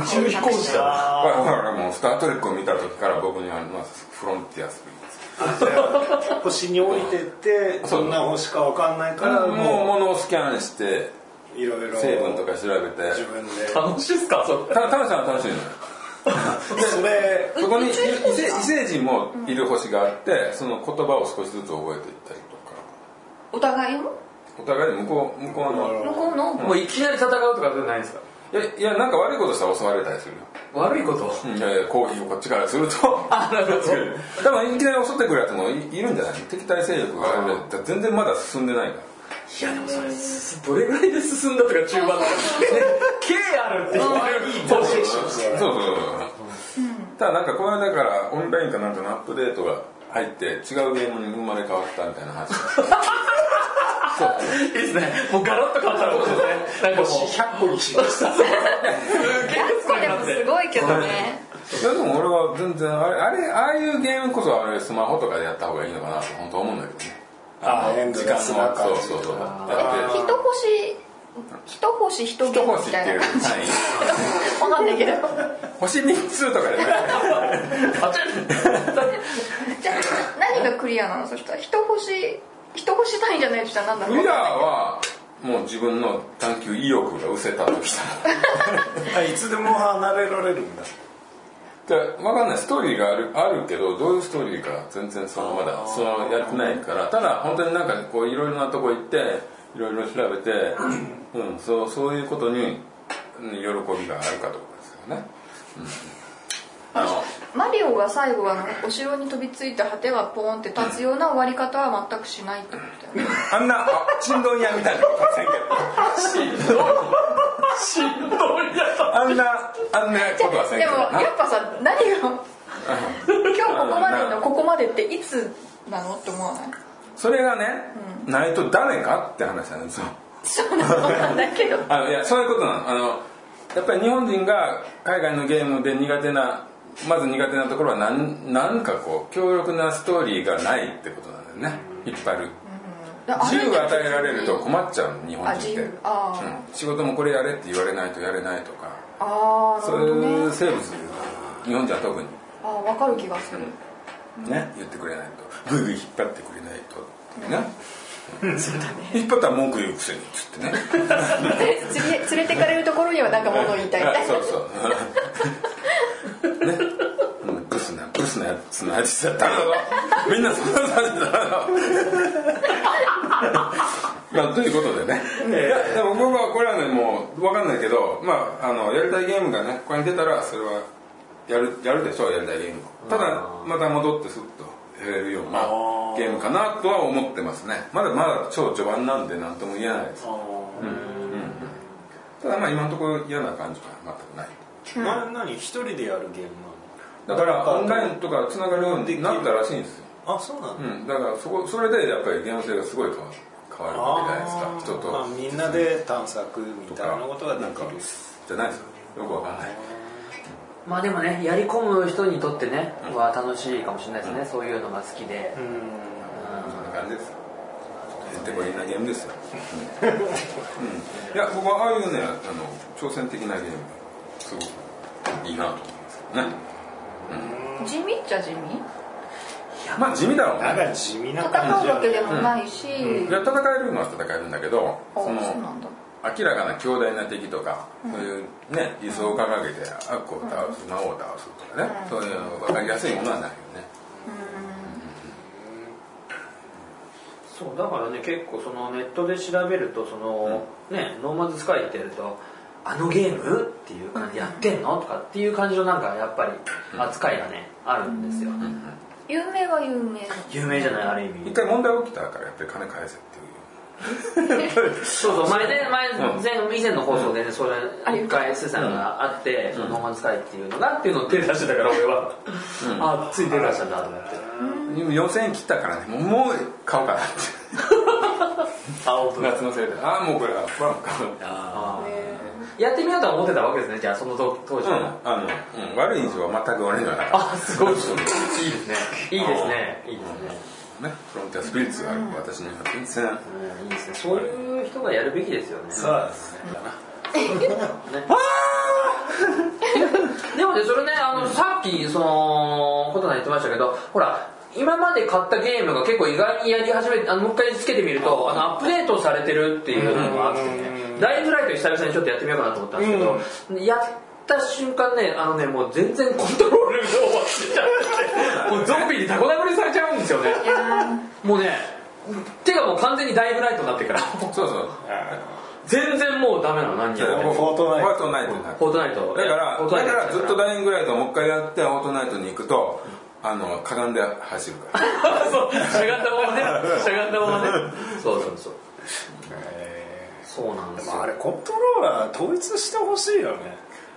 Speaker 5: 宙飛行士だ (laughs)
Speaker 1: ほらほらもうスター・トレックを見た時から僕にはまあフロンティアスピリッツ
Speaker 5: 星に降りてって
Speaker 1: そう
Speaker 5: どんな星かわかんないから
Speaker 1: もう
Speaker 5: も
Speaker 1: ものをスキャンして
Speaker 5: ういろいろ
Speaker 1: 成分とか調べ
Speaker 5: 自
Speaker 1: て
Speaker 5: 分で
Speaker 2: 楽しいっすかそ
Speaker 1: たタムさんは楽しいのよ
Speaker 5: それ
Speaker 1: そこにい異星異星人もいる星があってその言葉を少しずつ覚えていったりとか
Speaker 3: お互いを
Speaker 1: お互いに向こう向こうの
Speaker 3: 向こうの
Speaker 2: もういきなり戦うとかじゃないんですか
Speaker 1: いやいやなんか悪いことしたら襲われたりするよ
Speaker 2: 悪いこと (laughs)
Speaker 1: いやいやコーヒーをこっちからす (laughs) るとあなるほど多分いきなり襲ってくるやつもいいるんじゃない敵対勢力がある全然まだ進んでないから
Speaker 2: いやでもそれすどれぐらいで進んだとか中盤の (laughs) ね K あるっていう (laughs)
Speaker 5: 投資
Speaker 1: そうそうそう、ただなんかこの間からオンラインかなんかのアップデートが入って違うゲームに生まれ変わったみたいな (laughs) 話そう
Speaker 2: いいですねもうガラッと変わったらことですねなんかもう
Speaker 5: 100個にしました
Speaker 3: 100個でもすごいけどね
Speaker 1: いやでも俺は全然あれあれああいうゲームこそあれスマホとかでやった方がいいのかなと本当思うんだけどね
Speaker 5: あーエンド
Speaker 1: 時
Speaker 5: レ
Speaker 1: 間
Speaker 5: スな
Speaker 1: も
Speaker 5: 感
Speaker 1: そう
Speaker 5: じ
Speaker 1: そうそうだって
Speaker 3: 一星一星一ゲ
Speaker 1: 一
Speaker 3: ーム
Speaker 1: 星っ
Speaker 3: み
Speaker 1: て
Speaker 3: た
Speaker 1: い
Speaker 3: いうな感じ
Speaker 1: 単位
Speaker 3: わかんないけど
Speaker 1: 星3つとかじゃない
Speaker 2: あちょ
Speaker 3: じゃあ何がクリアなのそしたら一星一星単位じゃないとしたら何だろう
Speaker 1: ミラーはもう自分の探求意欲が失せた時さ
Speaker 5: あいつでも離れられるんだ
Speaker 1: で分かんないストーリーがあるあるけどどういうストーリーか全然そのまだそのやってないからただ本当になんかこういろいろなとこ行っていろいろ調べて、うん、そうそういうことにうん喜びがあるかどうかですよね、うん、あの
Speaker 3: マリオが最後はお城に飛びついて果てがポーンって立つような終わり方は全くしないってことだよね
Speaker 1: あんなあ振動屋みたいなことはせんけ
Speaker 2: っとどいやった
Speaker 1: どあんなあんなことはせんけ
Speaker 3: で
Speaker 1: ど
Speaker 3: も
Speaker 1: な
Speaker 3: やっぱさ何が今日ここまでのここまでっていつなのって思わない
Speaker 1: それがね、ないと誰かって話なんですよ
Speaker 3: そうなんだ
Speaker 1: (laughs)
Speaker 3: けど
Speaker 1: あのいやそういうことなのあのやっぱり日本人が海外のゲームで苦手なまず苦手なところは何何かこう強力なストーリーがないってことなんだよねいっぱいある自由が与えられると困っちゃうの日本人って
Speaker 3: あ自由あー
Speaker 1: うん仕事もこれやれって言われないとやれないとか
Speaker 3: ああな
Speaker 1: そう
Speaker 3: るほど
Speaker 1: いう
Speaker 3: ね
Speaker 1: 生物日本人は特に
Speaker 3: あーわかる気がする (laughs)
Speaker 1: ね言ってくれないとグイグイ引っ張ってくれないとってね引っ張ったら文句言うくせにっつってね
Speaker 3: で連れ連れてかれるところにはなんか物を言いたいみたいな
Speaker 1: そうそう。 (laughs) ね。うんブスなブスなやつの味したらダメだぞ。みんなそんな味だろ。 (laughs) まあということでね。いやでも僕はこれはねもうわかんないけど、まああのやりたいゲームがねここに出たらそれはやるやるでしょうやりたいゲームを。ただまた戻ってスッと。やれるようなゲームかなとは思ってますねまだまだ超序盤なんで何とも言えないですただまあ今のところ嫌な感じは全くない
Speaker 5: な何一人でやるゲーム
Speaker 1: だ
Speaker 5: なの
Speaker 1: からオンライ
Speaker 5: ン
Speaker 1: ンとかつながるようになったらしいんですよ、
Speaker 5: あそうなの、
Speaker 1: うん、だからそこそれでやっぱりゲーム性がすごい変わる変わるわけじゃないですか人と、
Speaker 5: まあ、みんなで探索みたいなことができ
Speaker 1: なんか
Speaker 5: る
Speaker 1: じゃないですよよくわかんない
Speaker 2: まあでもねやり込む人にとってねは楽しいかもしれないですねそういうのが好きで
Speaker 1: そんな感じですよへってこいなゲームですよ、うんいや僕はああいうねあの挑戦的なゲームがすごくいいなと思いますけどね
Speaker 3: 地味っちゃ地味
Speaker 1: まあ地味だろう
Speaker 5: なん
Speaker 1: ね
Speaker 5: か地味な
Speaker 3: 戦
Speaker 5: 感じ
Speaker 3: うわけで
Speaker 5: だ
Speaker 3: もないし、
Speaker 1: いや戦えるのは戦えるんだけど
Speaker 3: あそ
Speaker 1: そうの
Speaker 3: なんだ
Speaker 1: 明らかな強大な敵とか、そういうね理想を掲げて悪を倒す魔王を倒すとかね、そういうの分かりやすいものはないよね
Speaker 2: そうだからね結構そのネットで調べるとその、ねノーマンズスカイってやるとあのゲームっていう感じやってんのとかっていう感じのなんかやっぱり扱いがねあるんですよ、
Speaker 3: 有名は有 (laughs) 名
Speaker 2: 有名じゃないある意
Speaker 1: 一
Speaker 2: 味
Speaker 1: 回問題起きたからやっぱり金返せっていう
Speaker 2: そうそう前ね前前以前の放送でねそれ一回スーさんがあって「そのノーマンズスカイ」っていうのがっていうのを手出してたから俺は、あついに手出したんだと思って
Speaker 1: でも4000円切ったからねもうもう買おうかなって
Speaker 2: あ本当だ
Speaker 1: 夏のせいでああもうこれはこれは買おう
Speaker 2: あーやってみようとは思ってたわけですねじゃあその当当時
Speaker 1: うん
Speaker 2: は、
Speaker 1: あの、うん、悪い印象は全く俺にはなかっ
Speaker 2: あすごいいいですねいいですねいいですね
Speaker 1: たねフロンティアスピリッツがある私には全然
Speaker 2: うんいいですねそういう人がやるべきですよね
Speaker 5: そうですね
Speaker 2: でもねそれねあのさっきそのことな言ってましたけどほら今まで買ったゲームが結構意外にやり始めてあのもう一回つけてみるとあのアップデートされてるっていうのがあってねダイイングライト久々にちょっとやってみようかなと思ったんですけどやった瞬間ねあのねもう全然コントロール (laughs) が終わってちゃってもうゾンビにタコ殴りされちゃうんですよねもうね手がもう完全にダイブライトになってるから
Speaker 1: そうそう
Speaker 2: 全然もうダメなの何やって
Speaker 5: フ
Speaker 2: も
Speaker 5: ォートナイ
Speaker 1: フ
Speaker 5: ト
Speaker 1: ォートナイトだ
Speaker 2: フォートナイト
Speaker 1: から
Speaker 2: フォー
Speaker 1: だか
Speaker 2: トナイト
Speaker 1: らずっとダイイングライトをもう一回やってフォートナイトに行くとあのかがんで走るから
Speaker 2: (laughs) そうしゃがんだままねしゃがんだままねそうそうそうそうなんです
Speaker 5: まああ
Speaker 2: よ
Speaker 5: れコントローラー統一してほしいよね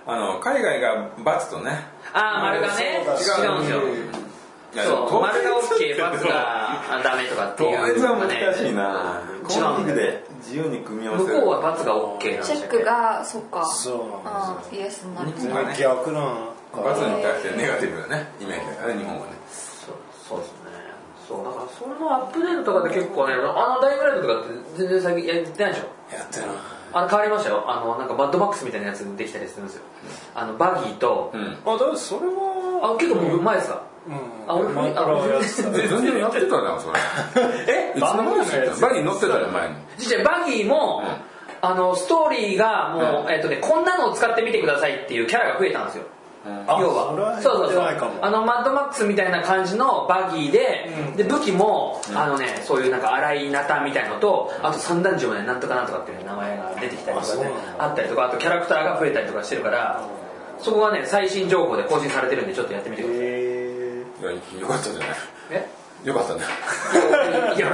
Speaker 1: あの海外がバツとね
Speaker 2: ああ丸がね
Speaker 1: そう
Speaker 2: 違
Speaker 1: だ
Speaker 2: うんですよ
Speaker 1: いや
Speaker 2: そう丸が OK
Speaker 1: 統
Speaker 2: バ
Speaker 1: 一
Speaker 2: ツ
Speaker 1: (laughs)
Speaker 2: がダメとかっていう
Speaker 1: 統一は難しい
Speaker 2: ね
Speaker 1: な
Speaker 2: 違
Speaker 1: コ
Speaker 2: う
Speaker 1: ン
Speaker 2: ん
Speaker 1: ビ
Speaker 2: だよ
Speaker 1: で自由に組み合わせ
Speaker 2: 向
Speaker 1: る
Speaker 2: こうはバツが OK なんで
Speaker 3: チ
Speaker 2: す
Speaker 3: ェ
Speaker 2: よ
Speaker 3: ックがそっか
Speaker 5: そうなん
Speaker 3: あーイエスになる
Speaker 1: 日本がね
Speaker 5: 逆なん
Speaker 1: バツに対してネガティブなねイメージだからね日本はね
Speaker 2: そうそうですねそうだからそのアップデートとかで結構ねあのダイブライトとかって全然最近やってないでしょ
Speaker 5: やってない
Speaker 2: あの変わりましたよあのなんかバッドマックスみたいなやつできたりするんですよあのバギーと、
Speaker 1: うん
Speaker 5: あだからそれは
Speaker 2: あ結構もう前ですか、
Speaker 5: うん
Speaker 2: あ俺
Speaker 5: 前からやってた
Speaker 1: 自分でやってたじゃんそれ
Speaker 2: (laughs) え
Speaker 1: いつの間に知ったのバギー乗ってたよ前に
Speaker 2: じゃあバギーも、あのストーリーがもう、
Speaker 1: うん
Speaker 2: えっとね、こんなのを使ってみてくださいっていうキャラが増えたんですよ
Speaker 5: あ
Speaker 2: 要は
Speaker 5: それはや
Speaker 2: そうそう
Speaker 5: って
Speaker 2: そう
Speaker 5: ないかも
Speaker 2: あのマッドマックスみたいな感じのバギーで,、で武器も、あのねそういうなんか荒いナタみたいのとあと三段重ねなんとかなんとかっていう名前が出てきたりとか
Speaker 5: あそうな
Speaker 2: ね
Speaker 5: んだ
Speaker 2: あったりとかあとキャラクターが増えたりとかしてるからそこがね最新情報で更新されてるんでちょっとやってみてください
Speaker 5: へ
Speaker 1: いやよかったじゃない
Speaker 2: え
Speaker 1: よかったね
Speaker 2: いや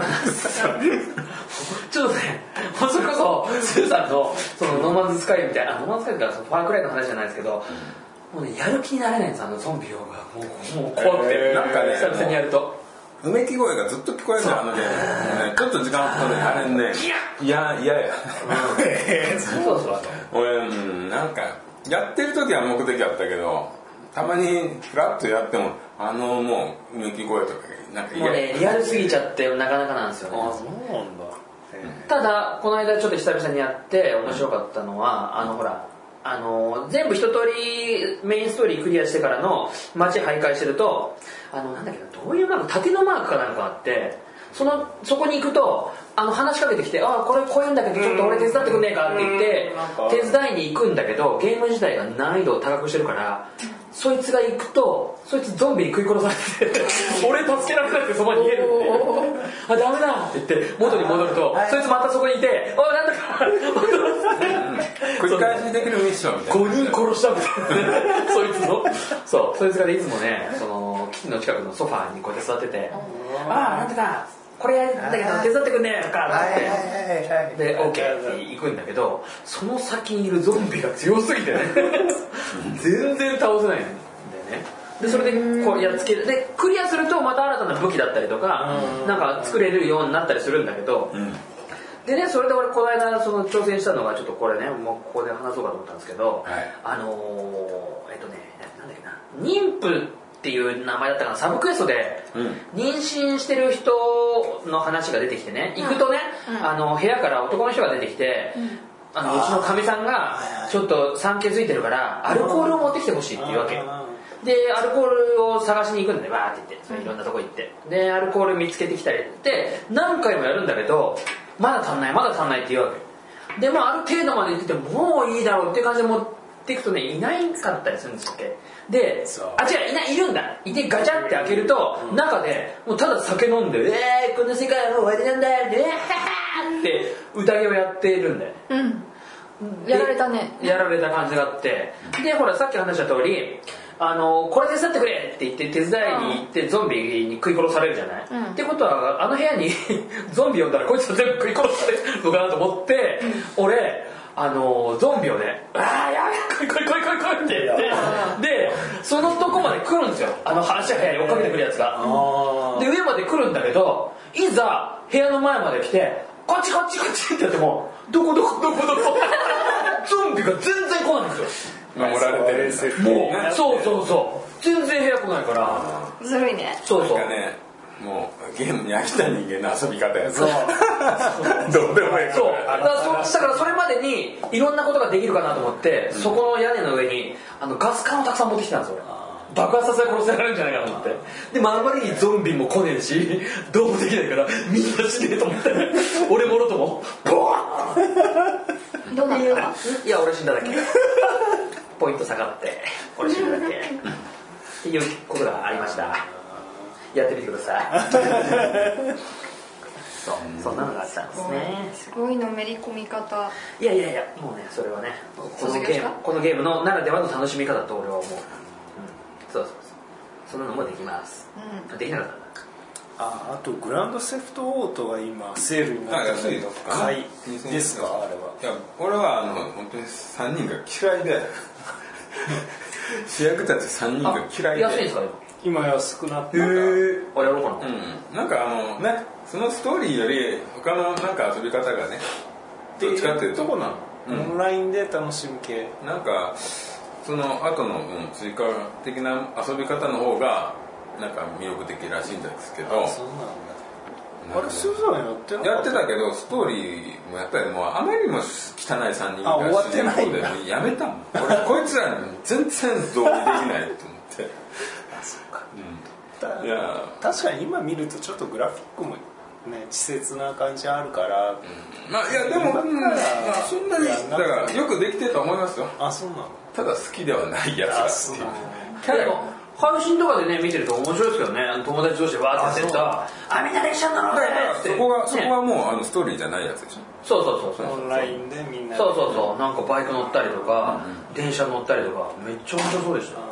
Speaker 2: ちょっとねもうそれこそスーさんのそのノーマンズスカイみたいなあノーマンズスカイっていうかそのファークライの話じゃないですけど、もうねやる気になれないんですあのゾンビ用がもうもう怖くて、
Speaker 1: えー
Speaker 2: なんかね久々にやると
Speaker 1: うめき声がずっと聞こえるのあのゲームねちょっと時間取るあれねいやいやいや (laughs)
Speaker 2: そうそうそう
Speaker 1: 俺うんなんかやってる時は目的あったけどたまにフラッとやってもあのもううめき声とかなんか
Speaker 2: もう
Speaker 1: 嫌や
Speaker 2: ねリアルすぎちゃってなかなかなんですよ
Speaker 5: あ
Speaker 2: ね
Speaker 5: そうなんだ
Speaker 2: ただこの間ちょっと久々にやって面白かったのはあのほらあの全部一通りメインストーリークリアしてからの街徘徊してるとあのなんだっけなどういうマーク縦のマークかなんかがあってそのそこに行くとあの話しかけてきて「ああこれ怖いんだけどちょっと俺手伝ってくんねえか」って言って
Speaker 5: うんなんか
Speaker 2: 手伝いに行くんだけどゲーム自体が難易度を高くしてるからそいつが行くとそいつゾンビに食い殺され (laughs) て俺助けられなくてそこに逃げるっていうあダメだって言って元に戻るとそいつまたそこにいて「おいなんとか
Speaker 1: 繰り返しできるミッションみたいな
Speaker 2: 5人殺した」みたいな (laughs) そいつのそうそいつがねいつもねその基地の近くのソファーにこうやって座ってて「ああなんとかこれやるんだけど手伝ってくんねえ」とかって言って。で、OK って行くんだけど、その先にいるゾンビが強すぎ (laughs) てね、全然倒せないんだよね。で、それでこうやっつける。で、クリアするとまた新たな武器だったりとか、なんか作れるようになったりするんだけど、でね、それで俺この間その挑戦したのが、ちょっとこれね、もうここで話そうかと思ったんですけど、
Speaker 1: はい
Speaker 2: あのー、えっとね、ななんだっけな、妊婦っていう名前だったかな、サブクエストで、
Speaker 1: うん
Speaker 2: 妊娠してる人の話が出てきてね行くとね、
Speaker 3: うん
Speaker 2: あの部屋から男の人が出てきて、あのうちのかみさんがちょっと産気づいてるからアルコールを持ってきてほしいっていうわけでアルコールを探しに行くんだねわーって言ってそれいろんなとこ行ってでアルコール見つけてきたりで何回もやるんだけどまだ足んないまだ足んないって言うわけでまあある程度まで行っててもういいだろうって感じで持っていくとねいないかったりするんですっけで
Speaker 5: そう
Speaker 2: あ違ういないいるんだいてガチャって開けると、中でもうただ酒飲んで「えー、この世界は終わりなんだよ」で「えー、ははって宴をやってるんだよね
Speaker 3: うんやられたね
Speaker 2: やられた感じがあってでほらさっき話した通りあのこれ手伝ってくれって言って手伝いに行ってゾンビに食い殺されるじゃない、
Speaker 3: うん
Speaker 2: ってことはあの部屋に (laughs) ゾンビ呼んだらこいつは全部食い殺されるのかなと思って、俺あのゾンビをね「ああやべえ来い来い来い来い来い」って言ってでそのとこまで来るんですよあの話が早い追っかけてくるやつが。
Speaker 5: あ
Speaker 2: で上まで来るんだけどいざ部屋の前まで来てこっちこっちこっちってやってもどこどこどこどこ (laughs) ゾンビが全然来ないんです
Speaker 1: 守られてるんだ
Speaker 2: よもうそうそうそう全然部屋来ないから
Speaker 3: ずるいね
Speaker 2: そうそう
Speaker 1: なんかねもうゲームに飽きた人間の遊び方やそう (laughs) どうでもいい
Speaker 2: そうだからそだからそれまでにいろんなことができるかなと思って、そこの屋根の上にあのガス缶をたくさん持ってきたんですよ俺爆発させて殺せられるんじゃないかなと思ってでもあまりにゾンビも来ねえし (laughs) どうもできないからみんな死ねえと (laughs) 思って俺もろともボワッ
Speaker 3: どうなった
Speaker 2: いや俺死んだ (laughs) だけポイント下がって俺死んだだけっていう (laughs) ことがありましたやってみてくださいそうそんなのがあったんですね
Speaker 3: すごいのめり込み方
Speaker 2: いやいやいやもうねそれはねこの
Speaker 3: 卒業
Speaker 2: ゲ
Speaker 3: です
Speaker 2: ー
Speaker 3: か
Speaker 2: ムこのゲームのならではの楽しみ方だと俺は思う、うん、そうそうそうそんなのもできます、
Speaker 3: う
Speaker 2: できなかった
Speaker 5: ああとグランドセフトオートは今セールになっ
Speaker 1: あ
Speaker 5: て
Speaker 1: 安
Speaker 5: る
Speaker 1: いですか
Speaker 5: 買いですかあれはい
Speaker 1: や俺はあの本当に3人が嫌い
Speaker 2: (laughs)
Speaker 1: で主役たち3人が嫌いで
Speaker 2: 安いんですかでも
Speaker 5: 今安くなって
Speaker 1: へ
Speaker 5: る
Speaker 1: え
Speaker 2: あやろうかな、
Speaker 1: うん、なんかあのねそのストーリーより他のなんか遊び方がねどっちかっていうと
Speaker 5: とこなの、
Speaker 1: うん
Speaker 5: オンラインで楽しむ系
Speaker 1: なんかその後の、うん、追加的な遊び方の方がなんか魅力的らしいんですけど
Speaker 5: うなんだ
Speaker 1: なんか
Speaker 5: あれ
Speaker 1: ね
Speaker 5: スーザンやってなか
Speaker 1: やってたけどストーリーもやっぱりもうあまりにも汚い3人が
Speaker 5: あ終わってないんだ
Speaker 1: 主人公でやめたもん俺こいつらに全然同意できないと思って
Speaker 5: た (laughs)
Speaker 1: いや
Speaker 5: 確かに今見るとちょっとグラフィックもね稚拙な感じあるから、
Speaker 1: まあいやでも、うんまあそんなにだからよくできてると思いますよ
Speaker 5: あそうなの
Speaker 1: ただ好きではないや
Speaker 5: あ
Speaker 1: つ
Speaker 5: そう
Speaker 1: だって
Speaker 5: な
Speaker 1: いう
Speaker 5: の
Speaker 2: キャラも配信とかでね見てると面白いですけどねあの友達同士でわーってやってると「あみんなで一緒になろう
Speaker 1: だ
Speaker 2: ぜ
Speaker 1: から」
Speaker 2: っ
Speaker 1: そ
Speaker 2: て
Speaker 1: こがそこ
Speaker 2: ね
Speaker 1: はもうあのストーリーじゃないやつでしょ
Speaker 2: そうそうそうそう
Speaker 5: オンラインでみんなで
Speaker 2: そうそうそうなんかバイク乗ったりとか、電車乗ったりとかめっちゃ面白そうでした、
Speaker 5: ま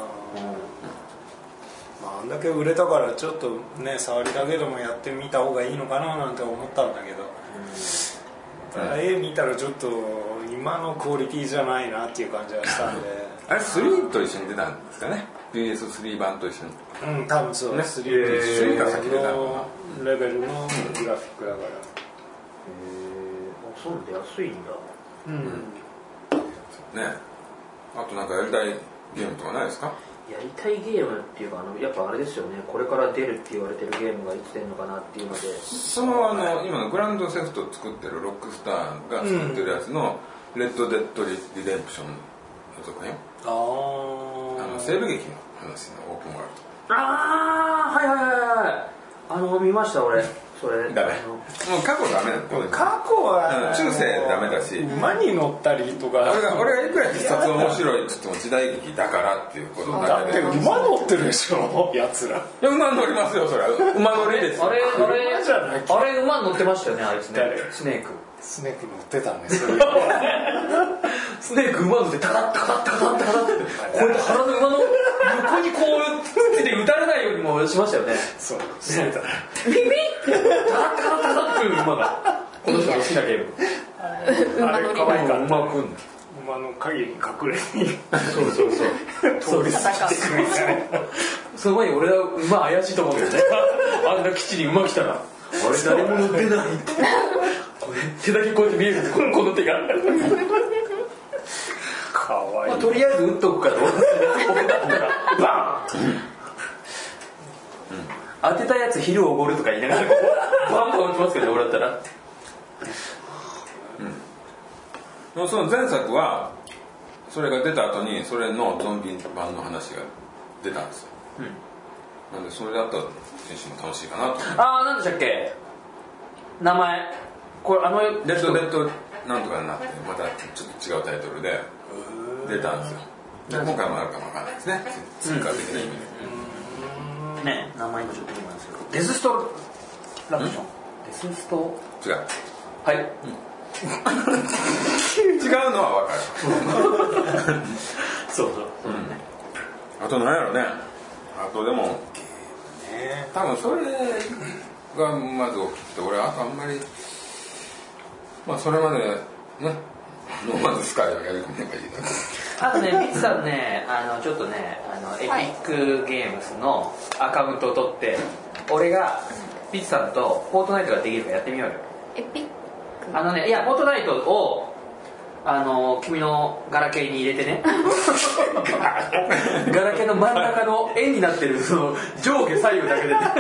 Speaker 5: あ、あんだけ売れたからちょっとね触りだけでもやってみた方がいいのかななんて思ったんだけど、ただ絵見たらちょっと今のクオリティじゃないなっていう感じがしたんで
Speaker 1: あれ3と一緒に出たんですかね PS3 版と一緒に
Speaker 5: うん多分そう
Speaker 1: ね
Speaker 5: 3
Speaker 1: 3が先でなるのか
Speaker 5: のレベルのグラフィックだから
Speaker 2: そうなんだ安いんだ
Speaker 5: うん、
Speaker 1: なねあとなんかやりたいゲームとかないですか
Speaker 2: やりたいゲームっていうかあのやっぱあれですよねこれから出るって言われてるゲームがいつ出るのかなっていうので
Speaker 1: そのあの今のグランドセフトを作ってるロックスターが作ってるやつの「レッド・デッド・リデンプション」の続編
Speaker 5: あー
Speaker 1: あの西部劇の話のオープンワール
Speaker 2: ああはいはいはいはいあの見ました俺それ
Speaker 1: ドダメ
Speaker 2: あの
Speaker 1: もう過去ダメなのこれ
Speaker 5: 過去
Speaker 1: う
Speaker 5: は
Speaker 1: ん中世ダメだし
Speaker 5: 馬に乗ったりとか
Speaker 1: 俺が俺がいくら必殺面白いっつっても時代劇だからっていうことの
Speaker 5: だ
Speaker 1: 中
Speaker 5: っ
Speaker 1: で
Speaker 5: て馬乗ってるでしょやつら
Speaker 1: いや馬乗りますよそれは馬乗りですよ
Speaker 2: あれあれ
Speaker 5: 馬じゃない
Speaker 2: あれ馬に乗ってましたよねあいつね
Speaker 5: 誰
Speaker 2: スネーク
Speaker 5: スネーク乗ってたんですよ
Speaker 2: スネーク馬乗ってタカッタカタッタカタッタカタッってこうやって腹の馬の横にこう手で打たれないようにもしましたよね
Speaker 5: そうそうだ
Speaker 2: ピピッタカッタカタッタカタッってくる馬がこの人が好きなゲーム
Speaker 5: あれ可愛かった
Speaker 2: 馬くん
Speaker 5: 馬の影に隠れに
Speaker 2: そうそうそう
Speaker 5: 通り過ぎてくみたいな
Speaker 2: (laughs) その前に俺は馬怪しいと思うけど (laughs) ねあんな基地に馬来たらあれ誰も乗ってないってこれ手だけこうやって見えるんですこのこの手が、
Speaker 5: 可愛
Speaker 2: まあ、
Speaker 5: い
Speaker 2: とりあえず打っとくかと俺だったらバン、当てたやつ昼おごるとか言いながらバンバン打ちますけどね俺だったら
Speaker 1: もうその前作はそれが出た後にそれのゾンビ版の話が出たんですよ、なんでそれだったら選手も楽しいかなと
Speaker 2: ああ何でしたっけ名前これあの
Speaker 1: レッドレッドなんとかになってまたちょっと違うタイトルで出たんですよで今回もあるかもわかんないですね追加的な意味で、
Speaker 2: ね名前今ちょっと出てこないんですけどデスストラクションデススト
Speaker 1: 違う
Speaker 2: はい、
Speaker 1: 違うのはわかる
Speaker 2: そうそうそうね、
Speaker 1: あと何やろねあとでも多分それがまず大きくて俺あとあんまりまあそれまでねノーマンズスカイをやり込めばいいだけ
Speaker 2: あとね、ミツさんね、あのちょっとね、あのエピ
Speaker 3: はい
Speaker 2: ックゲームスのアカウントを取って、俺がミツさんとフォートナイトができるからやってみようよ。
Speaker 3: エピッ
Speaker 2: あのね、いや、フォートナイトを、あの、君のガラケーに入れて (laughs) ね、ガラケーの真ん中の円になってる、その上下左右だけで、あ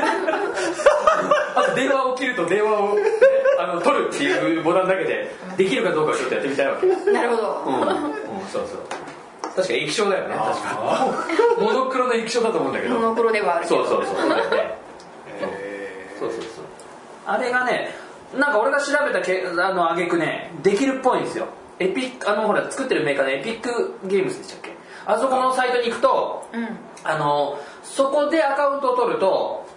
Speaker 2: と電話を切ると電話を、あの取るっていうボタンだけで、できるかどうかをちょっとやってみたいわけ。
Speaker 3: クなるほど、
Speaker 2: うん、うん、そうそう確か液晶だよね確かモノクロの液晶だと思うんだけど
Speaker 3: モノクロではあるけ
Speaker 2: そ
Speaker 3: ど
Speaker 2: うそうそうそうだよねそうそうそうあれがねなんか俺が調べたけあの挙句ねできるっぽいんですよエピックあのほら作ってるメーカーでエピックゲームズでしたっけあそこのサイトに行くと
Speaker 3: うん
Speaker 2: あのそこでアカウントを取ると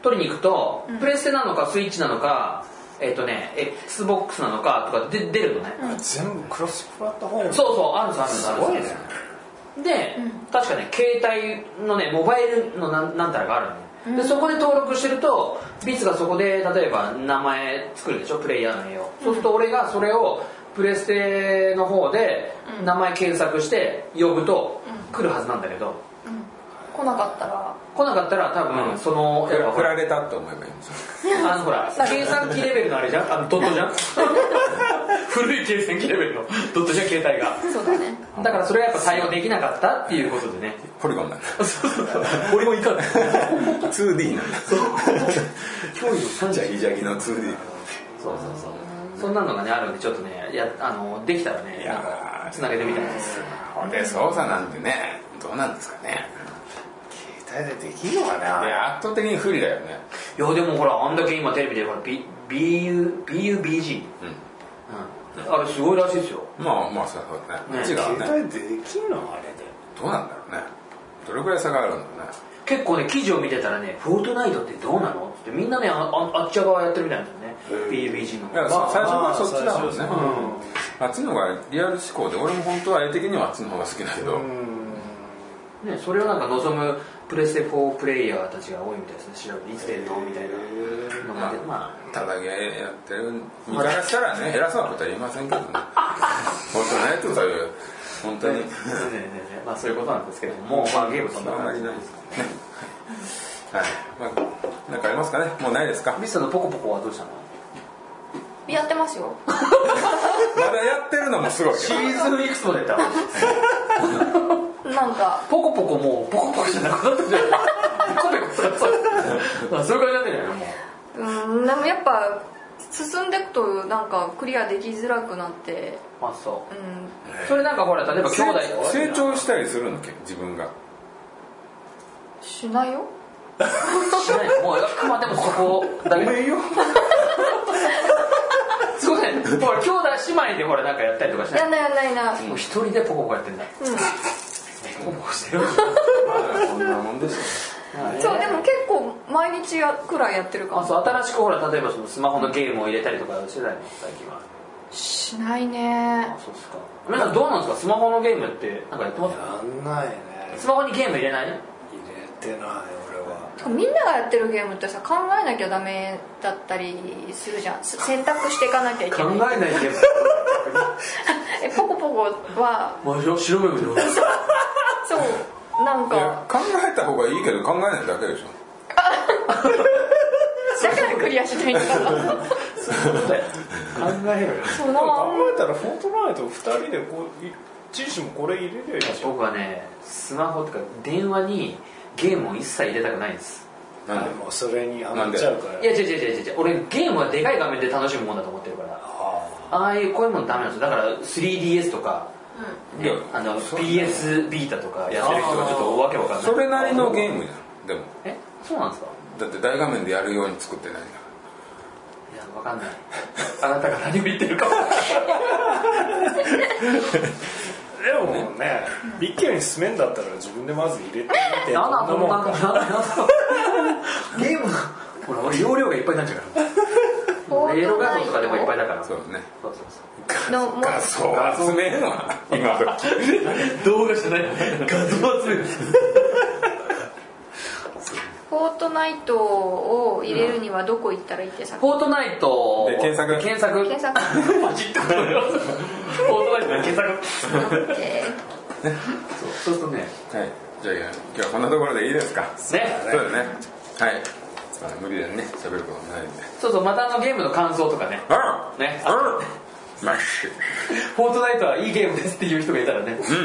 Speaker 2: 取りに行くと、プレステなのかスイッチなのかえっ、とね XBOX なのかとかで出るのね、
Speaker 4: 全部クロスプラットフォーム
Speaker 2: そうそうあるんですあるんですあるんです
Speaker 4: すごいね
Speaker 2: で、確かね携帯のねモバイルのなんなんたらがあるのねでそこで登録してるとビツがそこで例えば名前作るでしょプレイヤーの絵をそうすると俺がそれをプレステの方で名前検索して呼ぶと来るはずなんだけど
Speaker 3: 来なかったら
Speaker 2: 来なかったら多分そのやっぱほ
Speaker 1: 振
Speaker 2: ら
Speaker 1: られたと思えばいいんです
Speaker 2: あのほら計算機レベルのあれじゃん (laughs) あのドットじゃん古い計算機レベルのドットじゃん携帯が
Speaker 3: そうだね
Speaker 2: だからそれはやっぱ対応できなかったっていうことでね。
Speaker 1: ポリゴンなんだ
Speaker 2: そうそうそう。俺も行かない。
Speaker 1: 2D なんだ
Speaker 2: 脅威の三
Speaker 1: じゃあ
Speaker 2: 十。
Speaker 1: イジャギの 2D
Speaker 2: そうそうそう。そんなのがねあるんでちょっとねやあのできたらね
Speaker 1: や
Speaker 2: なんかつなげてみたいです。
Speaker 1: これ操作なんてねどうなんですかね
Speaker 5: 携帯でできるのか
Speaker 1: い
Speaker 5: な
Speaker 1: や圧倒的に不利だよね
Speaker 2: いやでもほらあんだけ今テレビでほら B BU BUBG。うん。あれすごいらしいですよ。
Speaker 1: まあまあそうだね
Speaker 2: ね
Speaker 1: うちがね
Speaker 5: 携帯でできるのあれで
Speaker 1: どうなんだろうねどれくらい差があるんだろうね
Speaker 2: 結構ね記事を見てたらねフォートナイトってどうなのってみんなねあああっち側やってるみたいなんですよね。BUBG の。
Speaker 1: いやさ最初からそっちだもんね、
Speaker 5: まあまあ最初
Speaker 1: あっちの方がリアル思考で俺も本当は絵的にはあっちの方が好きだけど、
Speaker 2: ね、それをなんか望むプレステ4プレイヤーたちが多いみたいですね調べていつ出るのみたいなのがでま
Speaker 1: ただゲーやってる身からしたらね偉そうなことは言いませんけどね (laughs) 本当ないとそういう本当に
Speaker 2: あ、ねねねねまあそういうことなんですけども (laughs) まあゲームそんな感じ
Speaker 1: ないですかねはいまあなんかありますかねもうないですか
Speaker 2: ミスさんのポコポコはどうしたの
Speaker 3: やってます (laughs) よ
Speaker 1: まだやってるのもすごいけ
Speaker 2: シ
Speaker 1: ど
Speaker 2: リーズいくつも出た
Speaker 3: なんか
Speaker 2: ポコポコもうポコポコじゃなくな (laughs) ったじゃんポコペコとかそうまあそういう感じになってるよねも
Speaker 3: うーんでもやっぱ進んでいくとなんかクリアできづらくなって
Speaker 2: うまあそう
Speaker 3: うん
Speaker 2: それなんかほら
Speaker 1: (laughs)
Speaker 2: 例えば兄弟
Speaker 1: 成長したりするのけ自分が
Speaker 3: しないよ
Speaker 2: しないもうあくまでもそこだけごめんよすごいねほら兄弟姉妹でほらなんかやったりとかしない
Speaker 3: やんないやんないやんない
Speaker 2: もう一人でポコポコやってんだ、ポコポコしてる
Speaker 1: こんなもんです
Speaker 3: そうでも結構毎日やくらいやってるか
Speaker 2: あ
Speaker 3: も
Speaker 2: そう新しくほら例えばそのスマホのゲームを入れたりとかしてないの最近は
Speaker 3: しない
Speaker 2: あ
Speaker 3: ね
Speaker 2: そうっすか皆さんどうなんですかスマホのゲームってなんかやってます
Speaker 5: やんないね
Speaker 2: スマホにゲーム入れない
Speaker 5: 入れてない俺は
Speaker 3: みんながやってるゲームってさ考えなきゃダメだったりするじゃんす選択していかなきゃいけ
Speaker 2: 考
Speaker 3: ない
Speaker 2: えないゲー (laughs)
Speaker 3: えポコポコは
Speaker 2: ムマジ白目見てます
Speaker 3: そうなん
Speaker 1: いや
Speaker 3: か
Speaker 1: 考えた方がいいけど考えないだけでしょ
Speaker 3: だからクリアしないんだから
Speaker 2: 考えろよ
Speaker 3: そう
Speaker 5: でも考
Speaker 3: なん
Speaker 5: えたらフォートナイト2人でこういチーシもこれ入れるよじゃん
Speaker 2: 僕はねスマホとか電話にゲームを一切入れたくないんです
Speaker 1: なんで
Speaker 5: でもそれにハマっちゃうから
Speaker 2: いや違う違う違う違う俺ゲームはでかい画面で楽しむもんだと思ってるから
Speaker 5: あ
Speaker 2: ああいうこういうものダメなんですよだから 3DS とか、ね
Speaker 1: いや
Speaker 2: あの
Speaker 1: そう
Speaker 2: PS ビータとかやってる人がちょっとわけわかんない
Speaker 1: それなりのゲームじゃんでも
Speaker 2: えそうなんですか
Speaker 1: だって大画面でやるように作ってないんだから
Speaker 2: いやわかんないあなたが何を言って (laughs) るか
Speaker 5: ーでもね一挙に進めんだったら自分でまず入れてみて
Speaker 2: なんだ
Speaker 5: ど
Speaker 2: こ
Speaker 5: ん
Speaker 2: の
Speaker 5: な
Speaker 2: 感
Speaker 5: もんか
Speaker 2: 覚なんだなんだゲームがほら俺容量がいっぱいになっちゃうからもうエロ画像とかでもいっぱいだから
Speaker 1: そうね
Speaker 2: そうそうそ
Speaker 3: だのも
Speaker 1: 画像集めるのは今時
Speaker 2: う動画じゃない画像集める
Speaker 3: フォートナイトを入れるにはどこ行ったらいいってさ
Speaker 2: フォートナイト
Speaker 1: で検索
Speaker 2: 検索
Speaker 3: 検索
Speaker 2: パチッと取れますフォートナイトで検索 (laughs)
Speaker 3: え
Speaker 2: そうするとね
Speaker 1: はい、じゃあ今日はこんなところでいいですかそ
Speaker 2: ね
Speaker 1: うだねはいあの無理だね喋ることもないんで
Speaker 2: そうそうまたあのゲームの感想とかね
Speaker 1: あら
Speaker 2: ね
Speaker 1: あらマッシュ
Speaker 2: フォートナイトはいいゲームですっていう人がいたらねそう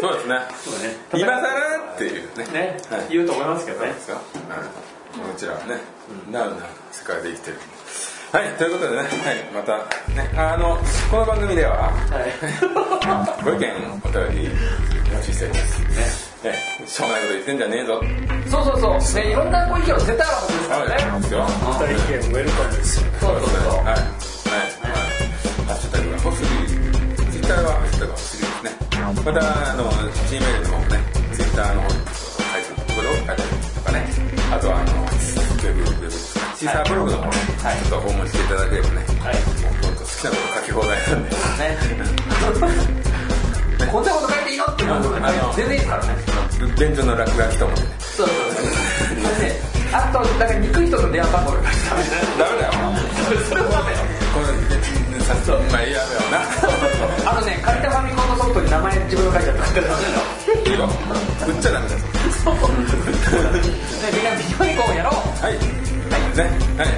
Speaker 1: そうですね
Speaker 2: だね
Speaker 1: 今更っていうね
Speaker 2: ね
Speaker 1: はい
Speaker 2: 言うと思いますけどね
Speaker 1: ですよ、うん、こちらはね、なるなる世界で生きてるはいということでね、はい、またねあのこの番組では
Speaker 2: (laughs)
Speaker 1: ご意見お便りお待ちしておりますねえしょうもないこと言ってんじゃねえぞ
Speaker 2: そうそうそうねいろんなご意見を絶対あるはずですから
Speaker 1: はい
Speaker 2: ね
Speaker 1: ですよ
Speaker 5: 二人意見ウェルカムですよ
Speaker 2: そう
Speaker 1: はいはいはい。はい。はい。
Speaker 2: そうそう
Speaker 1: ハッシュタグはホスリー。ツイッターはハッシュタグはホスリーですね。また、あの、G メールの方もね、ツイッターの方に書いてるところを書いたりとかね。あとは、あの、ウェブ、ウェブですね。シーサーブログの方ちょっと訪問していただければね
Speaker 2: はい
Speaker 1: どんどん好きなこと書き放題なんで
Speaker 2: ねこんなこと書いていいのって思うことね全然いいですからね
Speaker 1: 現状の落書きと思ってね
Speaker 2: そうそうそうそれであとだから憎い人と電話番号が書いて
Speaker 1: ダメだよ
Speaker 2: あるそれはダメよ
Speaker 1: このさすがまあやめよ
Speaker 2: あのね借りたファミコンのソフトに名前自分が書いてあったから
Speaker 1: ないいよ売っちゃダメだよ
Speaker 2: ねみんなビジョンコンやろう
Speaker 1: はいねはい